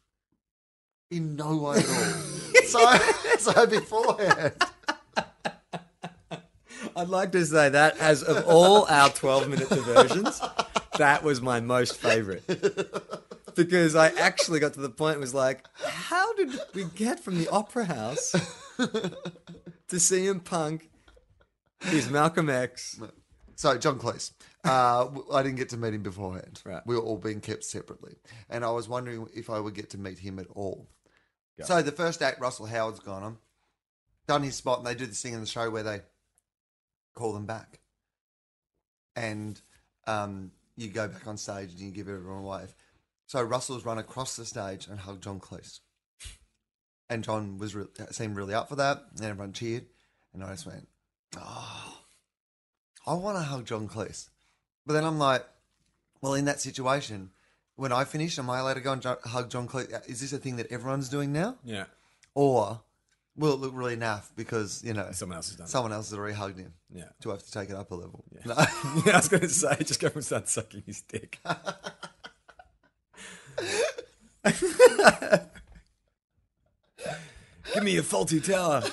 D: In no way
C: [laughs]
D: at all. so [laughs] so beforehand,
C: I'd like to say that as
D: [laughs]
C: of all our 12 minute diversions, that was my most favorite. Because I actually got to the point was like, how did we get from the opera house to CM Punk? He's Malcolm X.
D: so John Cleese. Uh, w- I didn't get to meet him beforehand.
C: Right.
D: We were all being kept separately, and I was wondering if I would get to meet him at all. So the first act, Russell Howard's gone on, done his spot, and they do this thing in the show where they call them back, and um, you go back on stage and you give everyone a wave. So Russell's run across the stage and hugged John Cleese, and John was re- seemed really up for that, and everyone cheered, and I just went, "Oh, I want to hug John Cleese," but then I'm like, well, in that situation, when I finish, am I allowed to go and jo- hug John Cleese? Uh, Is this a thing that everyone's doing now?
C: Yeah.
D: Or will it look really naff because, you know,
C: Someone else has done
D: someone else has already hugged him?
C: Yeah.
D: Do I have to take it up a level? No.
C: it. [laughs] Yeah, I was going to say, just go and start sucking his dick. [laughs] Give me a faulty tower.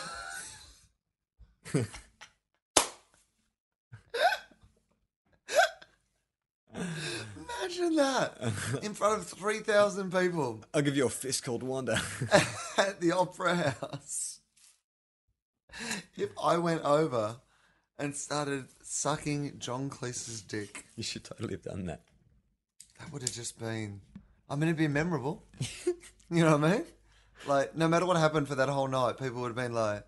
D: Imagine that in front of 3,000 people
C: I'll give you a fist called Wanda. [laughs]
D: at the Opera House. If I went over and started sucking John Cleese's dick,
C: you should totally have done that.
D: that would have just been. I mean, it'd be memorable. [laughs] you know what I mean? Like, no matter what happened for that whole night, people would have been like,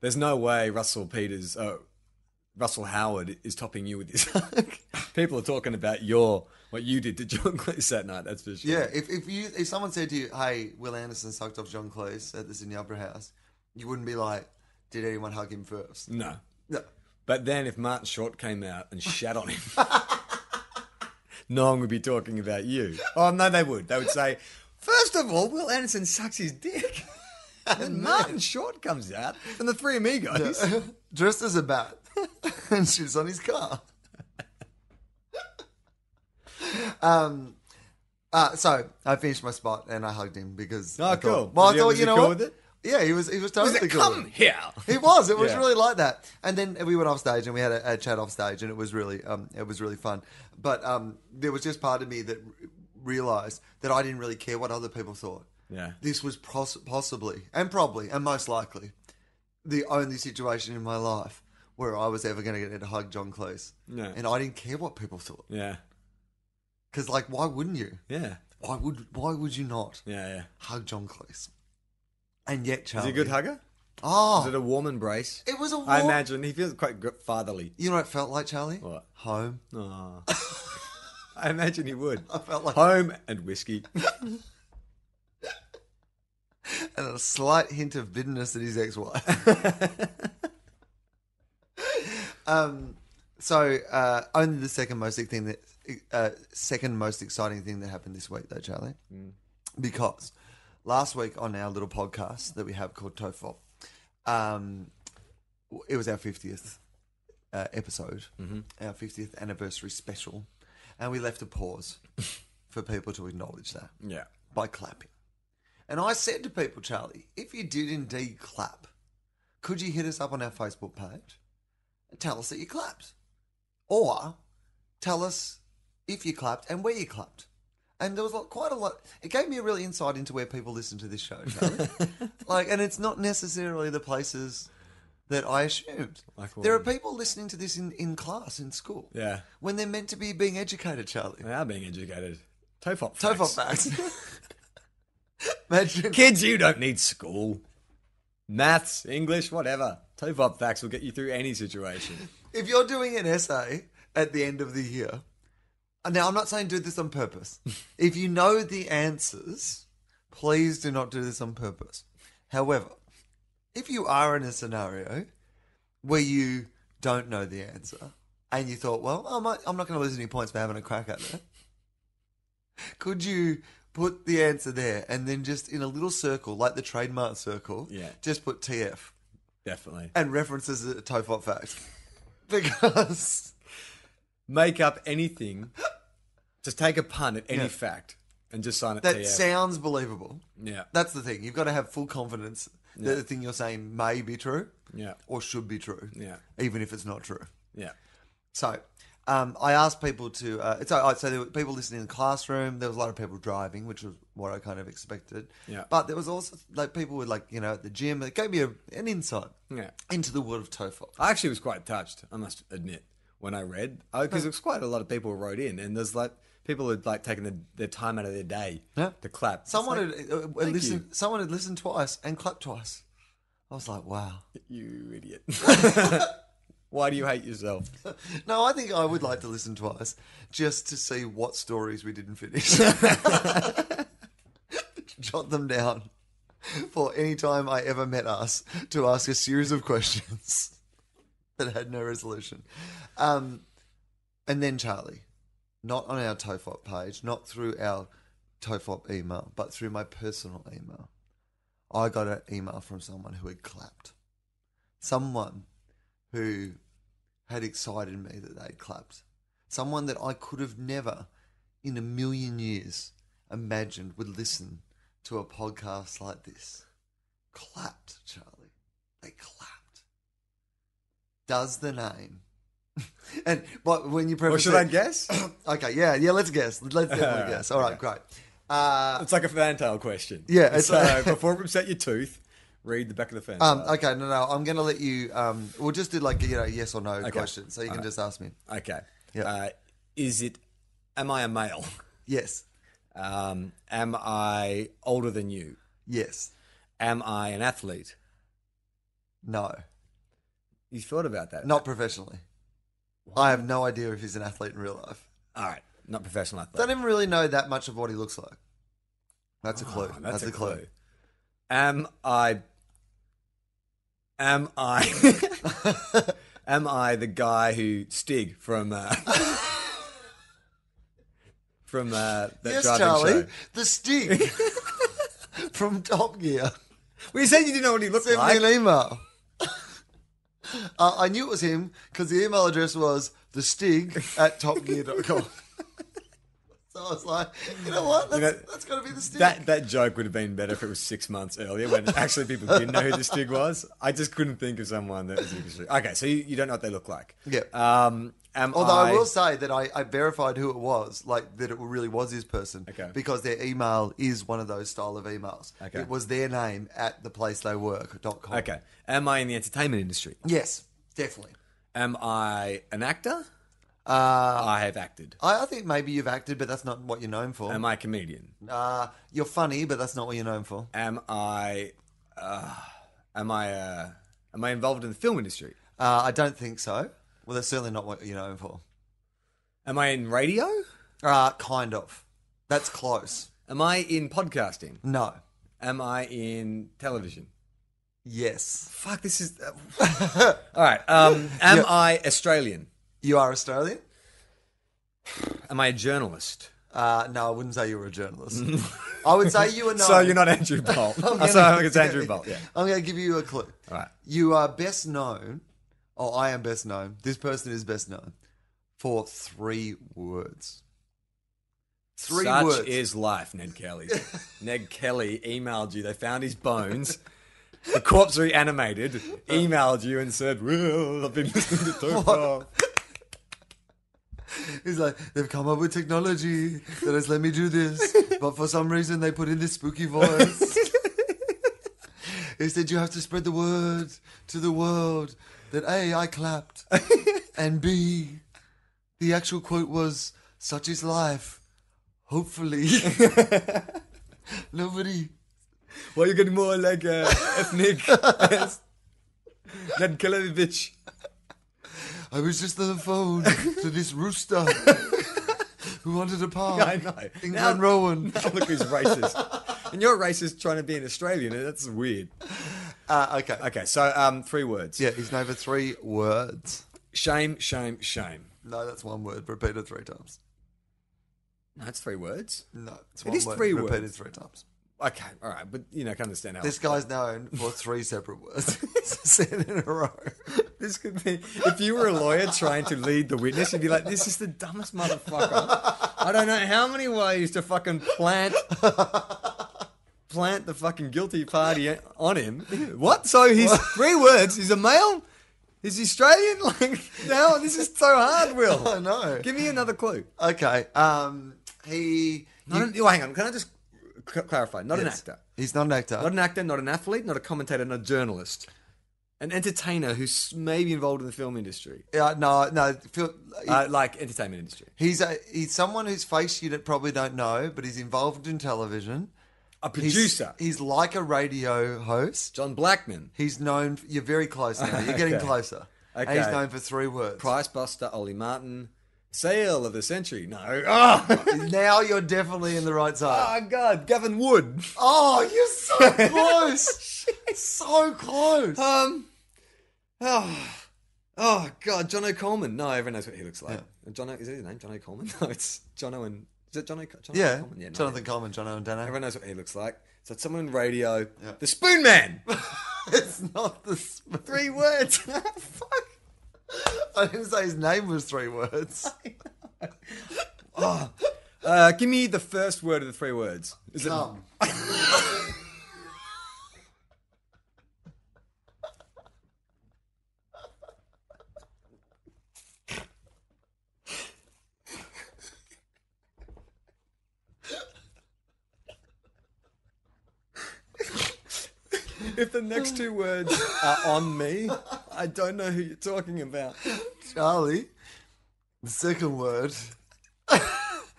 C: There's no way Russell Peters, uh, Russell Howard is topping you with this. [laughs] People are talking about your what you did to John Cleese that night. That's for sure.
D: yeah. If if you if someone said to you, "Hey, Will Anderson sucked off John Cleese at the Sydney Opera House," you wouldn't be like, "Did anyone hug him first?
C: No.
D: No.
C: But then if Martin Short came out and shat on him, [laughs] no one would be talking about you. Oh no, they would. They would say, first of all, Will Anderson sucks his dick. [laughs] And
D: [laughs]
C: then Martin Short comes out from the Three Amigos.
D: Dressed as a bat [laughs] and shoots on his car. [laughs] um. Uh, so I finished my spot and I hugged him because.
C: Oh,
D: I
C: cool.
D: thought- Well,
C: Was
D: I
C: he-
D: thought
C: was he
D: you know
C: cool
D: what?
C: with it?
D: Yeah, he was. He was
C: Was
D: totally
C: it,
D: cool. [laughs]
C: Come here.
D: It was. It was
C: Yeah.
D: really like that. And then we went off stage and we had a, a chat off stage, and it was really, um, it was really fun. But um, there was just part of me that r- realized that I didn't really care what other people thought.
C: Yeah.
D: This was poss- possibly and probably and most likely the only situation in my life where I was ever going to get to hug John Close.
C: Yeah.
D: And I didn't care what people thought.
C: Yeah.
D: Because, like, why wouldn't you?
C: Yeah.
D: Why would Why would you not
C: Yeah. Yeah.
D: hug John Close? And yet,
C: Is
D: Charlie.
C: he a good hugger?
D: Oh,
C: Is it a warm embrace?
D: it was a war.
C: I imagine he feels quite gr- fatherly.
D: You know what it felt like, Charlie?
C: What?
D: Home. [laughs]
C: Aw. I imagine he would.
D: I felt like
C: Home and whiskey. [laughs]
D: and a slight hint of bitterness at his ex-wife. um, so uh, only the second most thing that uh, second most exciting thing that happened this week, though, Charlie, because last week on our little podcast that we have called Tofop, um, it was our fiftieth uh, episode, our fiftieth anniversary special, and we left a pause for people to acknowledge that
C: Yeah.
D: by clapping. And I said to people, Charlie, if you did indeed clap, could you hit us up on our Facebook page and tell us that you clapped? Or tell us if you clapped and where you clapped. And there was like quite a lot. It gave me a really insight into where people listen to this show, Charlie.
C: [laughs]
D: like, and it's not necessarily the places that I assumed.
C: Like
D: there are
C: what?
D: people listening to this in, in class, in school.
C: Yeah.
D: When they're meant to be being educated, Charlie.
C: They are being educated. Tofop facts.
D: Tofop facts. Imagine
C: Kids, you don't need school. Maths, English, whatever. Tofop facts will get you through any situation.
D: [laughs] if you're doing an essay at the end of the year, and now I'm not saying do this on purpose. if you know the answers, please do not do this on purpose. However, if you are in a scenario where you don't know the answer and you thought, well, I might, I'm not going to lose any points for having a crack at it, could you put the answer there and then just in a little circle, like the trademark circle,
C: Yeah.
D: just put TF?
C: Definitely.
D: and references it to Tofop Fact. [laughs] Because
C: Make up anything. Just take a pun at any
D: Yeah.
C: fact and just sign it
D: that
C: TF.
D: sounds believable.
C: yeah.
D: That's the thing. You've got to have full confidence that
C: Yeah.
D: the thing you're saying may be true
C: Yeah.
D: or should be true,
C: Yeah.
D: even if it's not true.
C: Yeah.
D: So um, I asked people to. Uh, so, I- so there were people listening in the classroom. There was a lot of people driving, which was what I kind of expected.
C: Yeah.
D: But there was also like people were like you know at the gym. It gave me a, an insight
C: Yeah.
D: into the world of Tofop.
C: I actually was quite touched, I must admit, when I read, because it was quite a lot of people who wrote in, and there's like people had like taken the, their time out of their day
D: Yeah.
C: to clap. It's
D: Someone
C: like,
D: had uh, uh,
C: thank
D: listened. Someone had listened twice and clapped twice. I was like, wow.
C: you
D: [laughs]
C: idiot. [laughs] Why do you hate yourself?
D: No, I think I would like to listen twice just to see what stories we didn't finish. [laughs] Jot them down for any time I ever met us to ask a series of questions [laughs] that had no resolution. Um, and then Charlie, not on our TOEFOP page, not through our TOEFOP email, but through my personal email, I got an email from someone who had clapped. Someone who had excited me that they clapped. Someone that I could have never in a million years imagined would listen to a podcast like this. Clapped, Charlie. They clapped. Does the name. [laughs] and but when you
C: Or
D: preface
C: should I
D: it-
C: guess?
D: [coughs] okay, yeah, yeah, let's guess. Let's definitely
C: Alright,
D: guess. All right, great. Uh,
C: It's like a fantail question.
D: Yeah, it's-
C: so before it upset your tooth, read the back of the fantail.
D: um, okay, no, no, I'm going to let you. Um, we'll just do like, you know, yes or no question. So you can
C: Alright.
D: just ask me.
C: Okay.
D: Yeah.
C: Uh, is it? Am I a male? [laughs]
D: Yes,
C: Um, am I older than you?
D: yes,
C: Am I an athlete?
D: no.
C: You thought about that?
D: Not professionally. I have no idea if he's an athlete in real life.
C: All right. Not professional athlete.
D: Don't even really know that much of what he looks like. That's a clue.
C: Oh,
D: that's, a clue.
C: Am I? Am I?
D: [laughs]
C: am I the guy who Stig from uh, from uh, that
D: Yes,
C: driving
D: Charlie,
C: show?
D: the Stig [laughs] from Top Gear.
C: We said you didn't know what he looked
D: Send
C: like.
D: me an email. [laughs] uh, I knew it was him because the email address was the Stig at topgear.com. [laughs] so I was like, you know what? That's,
C: know,
D: that's got to be the Stig.
C: That that joke would have been better if it was six months earlier when actually people didn't know who the Stig was. I just couldn't think of someone that was interesting. Okay, so you, you don't know what they look like.
D: Yep.
C: Um, am
D: Although I, will say that I, I verified who it was, like that it really was his person,
C: Okay.
D: because their email is one of those style of emails.
C: Okay.
D: It was their name at the place they work.com.
C: Okay. Am I in the entertainment industry?
D: Yes, definitely.
C: Am I an actor?
D: Uh,
C: I have acted.
D: I, I think maybe you've acted, but that's not what you're known for.
C: Am I a comedian?
D: uh, you're funny, but that's not what you're known for.
C: Am I? Uh, am I? Uh, am I involved in the film industry?
D: Uh, I don't think so. Well, that's certainly not what you're known for.
C: Am I in radio?
D: Uh, kind of. That's close.
C: Am I in podcasting?
D: No.
C: Am I in television?
D: Yes.
C: Fuck, this is. all right. Um, am
D: [laughs] Yeah.
C: I Australian?
D: [laughs] You are Australian?
C: Am I a journalist?
D: Uh, no, I wouldn't say you were
C: [laughs]
D: a journalist. I would say you were not.
C: So you're not
D: [laughs]
C: Andrew Bolt. I'm sorry, I think it's Andrew Bolt. Yeah.
D: I'm going to give you a clue.
C: All right.
D: You are best known, or I am best known, this person is best known for three words. Three
C: Such
D: words.
C: is life, Ned Kelly.
D: [laughs]
C: Ned Kelly emailed you. They found his bones. The corpse reanimated, emailed you and said, Well, I've been listening to too far.
D: He's like, they've come up with technology that has let me do [laughs] this, but for some reason they put in this spooky voice. he said, you have to spread the word to the world that A, I [laughs] clapped, and B, the actual quote was, such is life. [laughs] Hopefully. Nobody.
C: Why you getting more like uh,
D: [laughs]
C: ethnic as Ned Kelly, bitch?
D: I was just on the phone to this rooster who wanted a [laughs] pie.
C: I know.
D: England
C: Now-
D: [laughs] Rowan.
C: Now [laughs] look who's racist. And you're racist trying to be an Australian. That's weird.
D: Uh, okay.
C: Okay, so um, three words.
D: Yeah, he's known for three words.
C: Shame, shame, shame.
D: No, that's one word repeated three times.
C: No, That's three words.
D: No, it's
C: It
D: one
C: is
D: word
C: three
D: repeated
C: words.
D: three times.
C: Okay, all right, but you know, I can understand how
D: This guy's known for three separate words said in a row.
C: [laughs] This could be if you were a lawyer trying to lead the witness, you'd be like, "This is the dumbest motherfucker." I don't know how many ways to fucking plant plant the fucking guilty party on him. What? So he's three words. He's a male. He's Australian. [laughs] Like now, this is so hard. Will
D: I know.
C: Give me another clue.
D: Okay. Um, he.
C: Not an, oh, hang on. Can I just c- clarify? Not an
D: Yes.
C: actor.
D: He's not an actor.
C: Not an actor. Not an athlete. Not a commentator. Not a journalist. An entertainer who's maybe involved in the film industry.
D: Yeah, no, no. Phil,
C: uh, like entertainment industry.
D: he's a, he's someone whose face you probably don't know, but he's involved in television.
C: A
D: He's-
C: producer,
D: He's, like a radio host.
C: John Blackman,
D: He's known. You're very close now. You're getting
C: Okay.
D: closer. And he's
C: Okay.
D: known for three words.
C: Price Buster, Ollie Martin, Sale of the Century. No, oh, [laughs]
D: Now you're definitely in the right side.
C: oh God, Gavin Wood.
D: Oh, you're
C: [laughs]
D: so close. so close.
C: Um, oh, oh God, John O'Coleman. No, everyone knows what he looks like. John, O- is that his name? John O'Coleman? [laughs] No, it's John Owen. Is it John O'Coleman?
D: yeah.
C: Coleman? yeah no,
D: Jonathan Coleman, John Owen Dano.
C: Everyone knows what he looks like. So it's someone in radio.
D: Yeah.
C: The Spoon Man.
D: [laughs]
C: [laughs]
D: it's not the sp-
C: Three words. [laughs] Fuck.
D: I didn't say his name was three words.
C: Uh, give me the first word of the three words. Is it
D: Come.
C: If the next two words are on me,
D: [laughs]
C: I don't know who you're talking about.
D: Charlie. The second word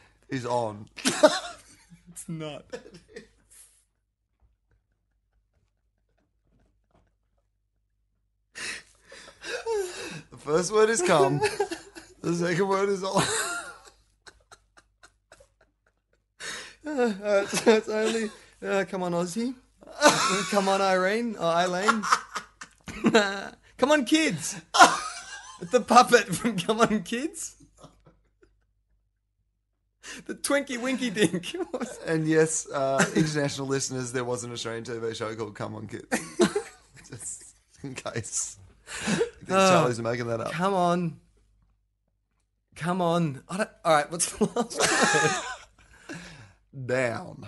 D: [laughs] is on.
C: It's
D: [laughs]
C: not.
D: The first word is come. the second word is on. [laughs]
C: Uh, so it's only uh, come on,
D: [laughs]
C: Aussie. Uh, come on, Irene. Or Eileen. [laughs] come on, kids.
D: [laughs]
C: the puppet from Come On, Kids. The Twinkie Winky Dink. [laughs]
D: And yes, uh, international listeners, there was an Australian TV show called Come On Kids. [laughs] Just in case. I think
C: Uh.
D: Charlie's making that up.
C: come on. Come on. I don't, all right, what's the last word?
D: [laughs] down.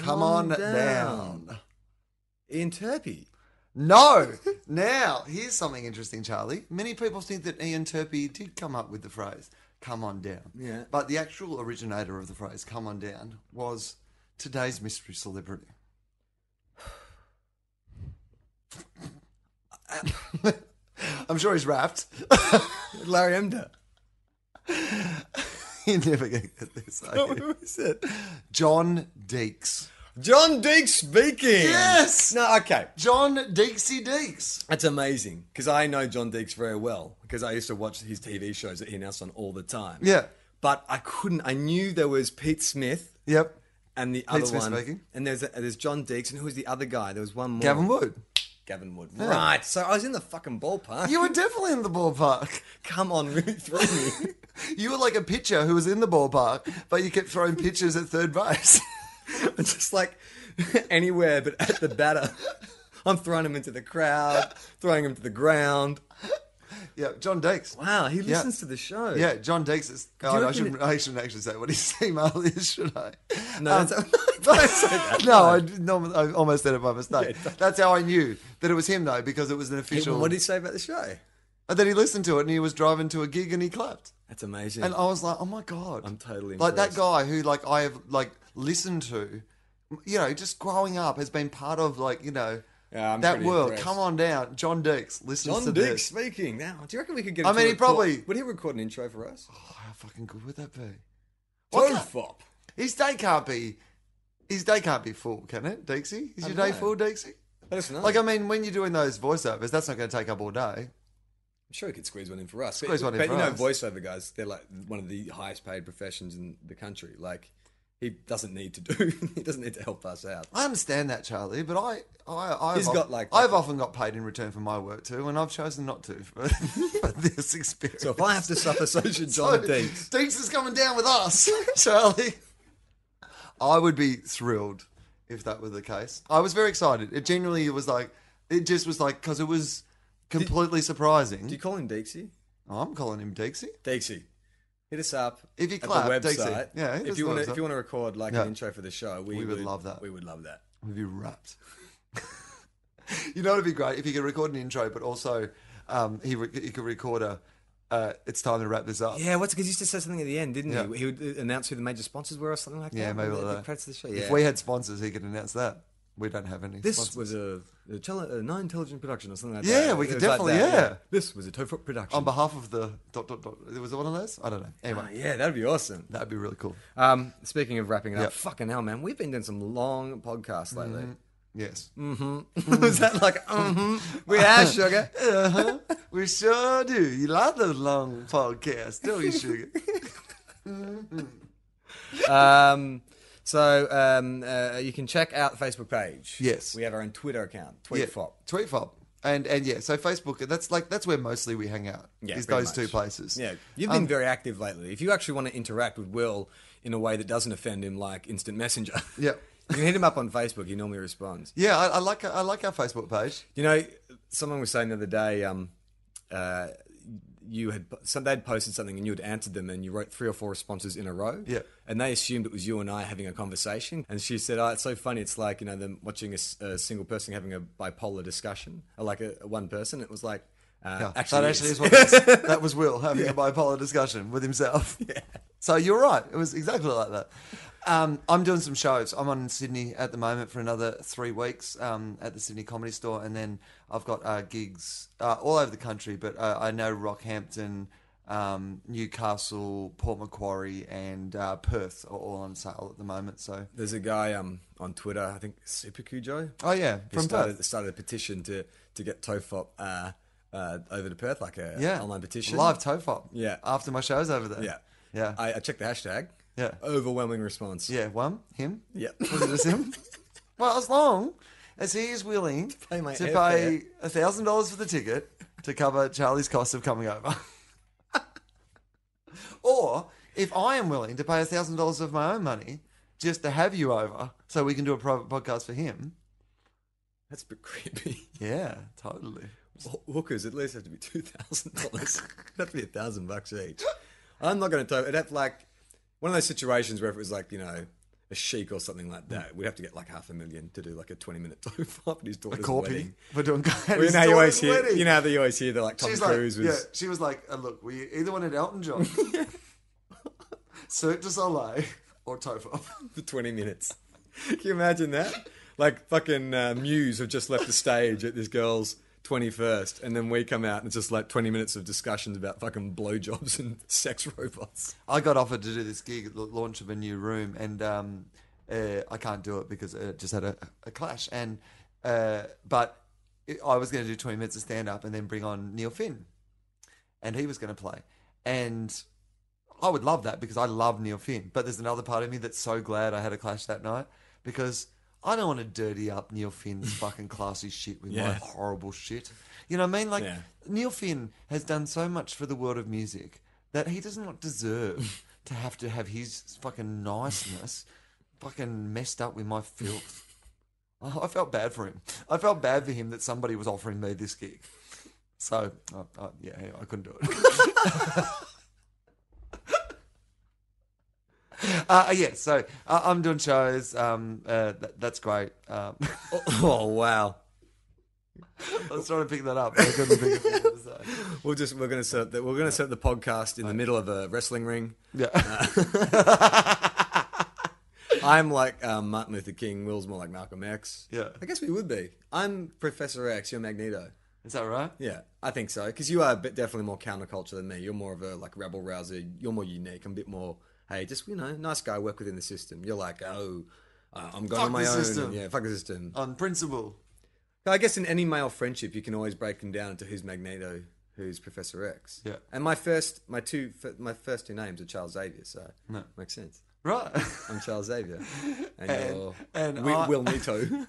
D: Come on down.
C: Ian Turpie.
D: No. now, here's something interesting, Charlie. Many people think that Ian Turpie did come up with the phrase "come on down."
C: Yeah.
D: But the actual originator of the phrase "come on down" was today's mystery celebrity. [laughs] I'm I'm sure he's wrapped.
C: [laughs] Larry
D: [laughs]
C: Emder.
D: You're never going to
C: [laughs]
D: get this. are you?
C: Who is it?
D: John Deeks.
C: John Deek speaking.
D: Yes!
C: No, okay.
D: John Deeksy Deeks.
C: That's amazing because I know John Deeks very well because I used to watch his TV shows that he announced on all the time.
D: Yeah.
C: But I couldn't. I knew there was Pete Smith
D: Yep.
C: and the other
D: Smith
C: one.
D: speaking.
C: And there's a, there's John Deeks and who was the other guy? There was one more.
D: Gavin Wood.
C: Gavin Wood. Right. So I was in the fucking ballpark.
D: You were definitely in the ballpark. [laughs]
C: Come on, really threw me.
D: You were like a pitcher who was in the ballpark, but you kept throwing pitches at third base. [laughs]
C: I'm [laughs] just like anywhere but at the batter. [laughs] I'm throwing him into the crowd, throwing him to the ground.
D: yeah, John Deeks.
C: Wow, he
D: Yeah.
C: listens to the show.
D: Yeah, John Deeks is.
C: you
D: God, I
C: reckon
D: shouldn't, I shouldn't actually say what [laughs] his email is, should I?
C: No,
D: Um,
C: that's, [laughs]
D: [laughs]
C: don't say that.
D: no, I, did- no, I almost said it by mistake. That's how I knew that it was him, though, because it was an
C: Hey,
D: official.
C: What did he say about the show?
D: And then he listened to it and he was driving to a gig and he clapped.
C: That's amazing.
D: And I was like, oh my God.
C: I'm totally
D: Like that
C: impressed.
D: guy who, like, I have, like, listened to, you know, just growing up has been part of, like, you know,
C: Yeah, I'm
D: that
C: pretty
D: world.
C: impressed.
D: Come on down. John Deeks listens
C: John
D: to
C: Dick
D: this.
C: speaking. Now, do you reckon we could get?
D: I
C: him to
D: mean, he
C: record-
D: probably-
C: would he record an intro for us?
D: Oh, how fucking good would that be? What
C: Toe
D: the-
C: fop.
D: His day can't be. His day can't be full, can it, Deeksy? Is
C: I
D: your
C: don't
D: day
C: know.
D: full, Deeksy?
C: Let us know.
D: Like, um, I mean, when you're doing those voiceovers, that's not going to take up all day.
C: I'm sure we could squeeze one in for us.
D: Squeeze
C: but
D: one in
C: but
D: for
C: you know,
D: us.
C: voiceover guys, they're like one of the highest paid professions in the country. Like, he doesn't need to do. [laughs] he doesn't need to help us out.
D: I understand that, Charlie, but I, I, I've,
C: He's got, like,
D: I've often got paid in return for my work too, and I've chosen not to for, [laughs] for this experience.
C: So if I have to suffer, so should
D: [laughs] So,
C: John Deeks.
D: Deeks is coming down with us, [laughs] Charlie. I would be thrilled if that were the case. I was very excited. It genuinely was like, it just was like because it was completely surprising.
C: Do you call him Deeksy?
D: I'm calling him Deeksy.
C: Deeksy. Hit us up
D: If you
C: at the
D: clap, Deeksy.
C: website.
D: Yeah, hit us
C: if you
D: on
C: want
D: the
C: to, if you
D: website.
C: want to record like
D: Yeah.
C: an intro for the show, we,
D: We would love that.
C: We would love that.
D: We'd be wrapped. [laughs] you know, it'd be great if you could record an intro, but also um, he, re- he could record a. Uh, it's time to wrap this up.
C: Yeah, what's because he used to say something at the end, didn't
D: Yeah.
C: he? He would uh, announce who the major sponsors were or something like that.
D: Yeah, maybe
C: the,
D: like
C: the
D: that.
C: credits of the show.
D: If
C: Oh, Yeah.
D: we had sponsors, he could announce that. We don't have any.
C: this
D: sponsors.
C: was a, a, tele, a non-intelligent production or something like that.
D: Yeah, we
C: It
D: could
C: was like
D: definitely-
C: that,
D: yeah. Oh,
C: This was a Tofop production.
D: on behalf of the dot dot dot. Was it one of those? I don't know. Anyway,
C: Ah, yeah, that'd be awesome.
D: that'd be really cool.
C: Um, speaking of wrapping it up,
D: Yeah.
C: fucking hell, man, we've been doing some long podcasts lately.
D: Yes,
C: mm. [laughs] was that like, mm-hmm, we are sugar?
D: uh-huh. we sure do. You like the long podcast, don't you,
C: [laughs]
D: sugar?
C: um, so um, uh, you can check out the Facebook page.
D: Yes.
C: we have our own Twitter account,
D: Yeah,
C: TweetFop.
D: Tweet fob. And and yeah, so Facebook. That's like that's where mostly we hang out.
C: Yeah,
D: is
C: pretty
D: those two
C: much.
D: places.
C: Yeah, you've
D: Um,
C: been very active lately. If you actually want to interact with Will in a way that doesn't offend him, like instant messenger,
D: Yeah.
C: [laughs] you can hit him up on Facebook. He normally responds.
D: Yeah, I, I like I like our Facebook page.
C: You know, someone was saying the other day, um, uh, you had some they'd posted something and you had answered them, and you wrote three or four responses in a row.
D: Yeah.
C: and they assumed it was you and I having a conversation. And she said, "Oh, it's so funny. It's like you know them watching a, s- a single person having a bipolar discussion, or like a, one person. It was like." Uh,
D: Yeah,
C: actually,
D: that
C: it
D: actually
C: is.
D: is what
C: [laughs]
D: it is. that was Will having a bipolar discussion with himself. So you're right. It was exactly like that. Um, I'm doing some shows. I'm on in Sydney at the moment for another three weeks um, at the Sydney Comedy Store, and then I've got uh, gigs uh, all over the country. But uh, I know Rockhampton, um, Newcastle, Port Macquarie, and uh, Perth are all on sale at the moment. So
C: There's a guy um, on Twitter, I think Super Cujo.
D: oh yeah,
C: He
D: from Perth.
C: started, started a petition to to get Tofop uh, uh, over to Perth, like a
D: Yeah,
C: online petition.
D: live tofop.
C: Yeah.
D: after my shows over there.
C: Yeah,
D: yeah,
C: I, I checked the hashtag.
D: Yeah.
C: overwhelming response.
D: yeah. One him.
C: yeah. [laughs]
D: Was it just him? [laughs] well, as long as he is willing to
C: [laughs] pay my
D: pay a thousand dollars for the ticket to cover Charlie's cost of coming over, [laughs] or if I am willing to pay a thousand dollars of my own money just to have you over, so we can do a private podcast for him.
C: That's a bit creepy.
D: Yeah, totally.
C: Ho- Hookers at least have to be two thousand dollars. [laughs] That'd be a thousand bucks each. I'm not going to. It'd have like one of those situations where if it was like you know. A chic or something like that. We'd have to get like half a million to do like a [laughs] twenty-minute tofop at his daughter's
D: Corpy,
C: wedding.
D: we're doing.
C: Well,
D: [laughs]
C: you know, how you always hear. You know, how you always hear that like Tom
D: She's like,
C: Cruise
D: yeah,
C: was.
D: she was like, uh, look, we either wanted Elton John,
C: [laughs]
D: Cirque du Soleil, or Topher.
C: for 20 minutes. [laughs] Can you imagine that? Like fucking uh, Muse have just left the stage at this girl's 21st, and then we come out and it's just like 20 minutes of discussions about fucking blowjobs [laughs] and sex robots. [laughs]
D: I got offered to do this gig, at the launch of a new room, and um, uh, I can't do it because it just had a, a clash. And uh, but it, I was going to do twenty minutes of stand up and then bring on Neil Finn, and he was going to play. And I would love that because I love Neil Finn. But there's another part of me that's so glad I had a clash that night because I don't want to dirty up Neil Finn's fucking classy shit with my
C: Yeah.
D: horrible shit. You know what I mean? Like
C: Yeah.
D: Neil Finn has done so much for the world of music that he does not deserve to have to have his fucking niceness fucking messed up with my filth. I I felt bad for him. I felt bad for him that somebody was offering me this gig. So, I I yeah, I couldn't do it. [laughs] uh, yeah, so uh, I'm doing shows. Um, uh, th- that's great. Um, [laughs]
C: Oh, oh, wow.
D: I was trying to pick that up. uh, But I couldn't think of what to say.
C: We'll just we're gonna set up the, we're gonna set up the podcast in the middle of a wrestling ring.
D: Yeah.
C: I'm like um, Martin Luther King. Will's more like Malcolm X.
D: Yeah.
C: I guess we would be. I'm Professor X. You're Magneto.
D: Is that right?
C: Yeah, I think so. Because you are a bit definitely more counterculture than me. You're more of a like rebel rouser. You're more unique. I'm a bit more. Hey, just you know, nice guy. Work within the system. You're like, oh, uh, I'm going
D: Fuck
C: on my
D: the
C: own.
D: system.
C: Yeah, fuck the system.
D: On principle.
C: I guess in any male friendship, you can always break them down into who's Magneto, who's Professor X.
D: Yeah.
C: And my first, my two, my first two names are Charles Xavier, so
D: No.
C: makes sense.
D: Right. [laughs]
C: I'm Charles Xavier, and,
D: And-
C: you're
D: and
C: Wi-
D: I-
C: Will Nito.
D: [laughs]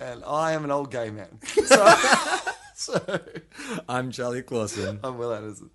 D: and I am an old gay man. So, so
C: I'm Charlie Clausen.
D: I'm Will Anderson.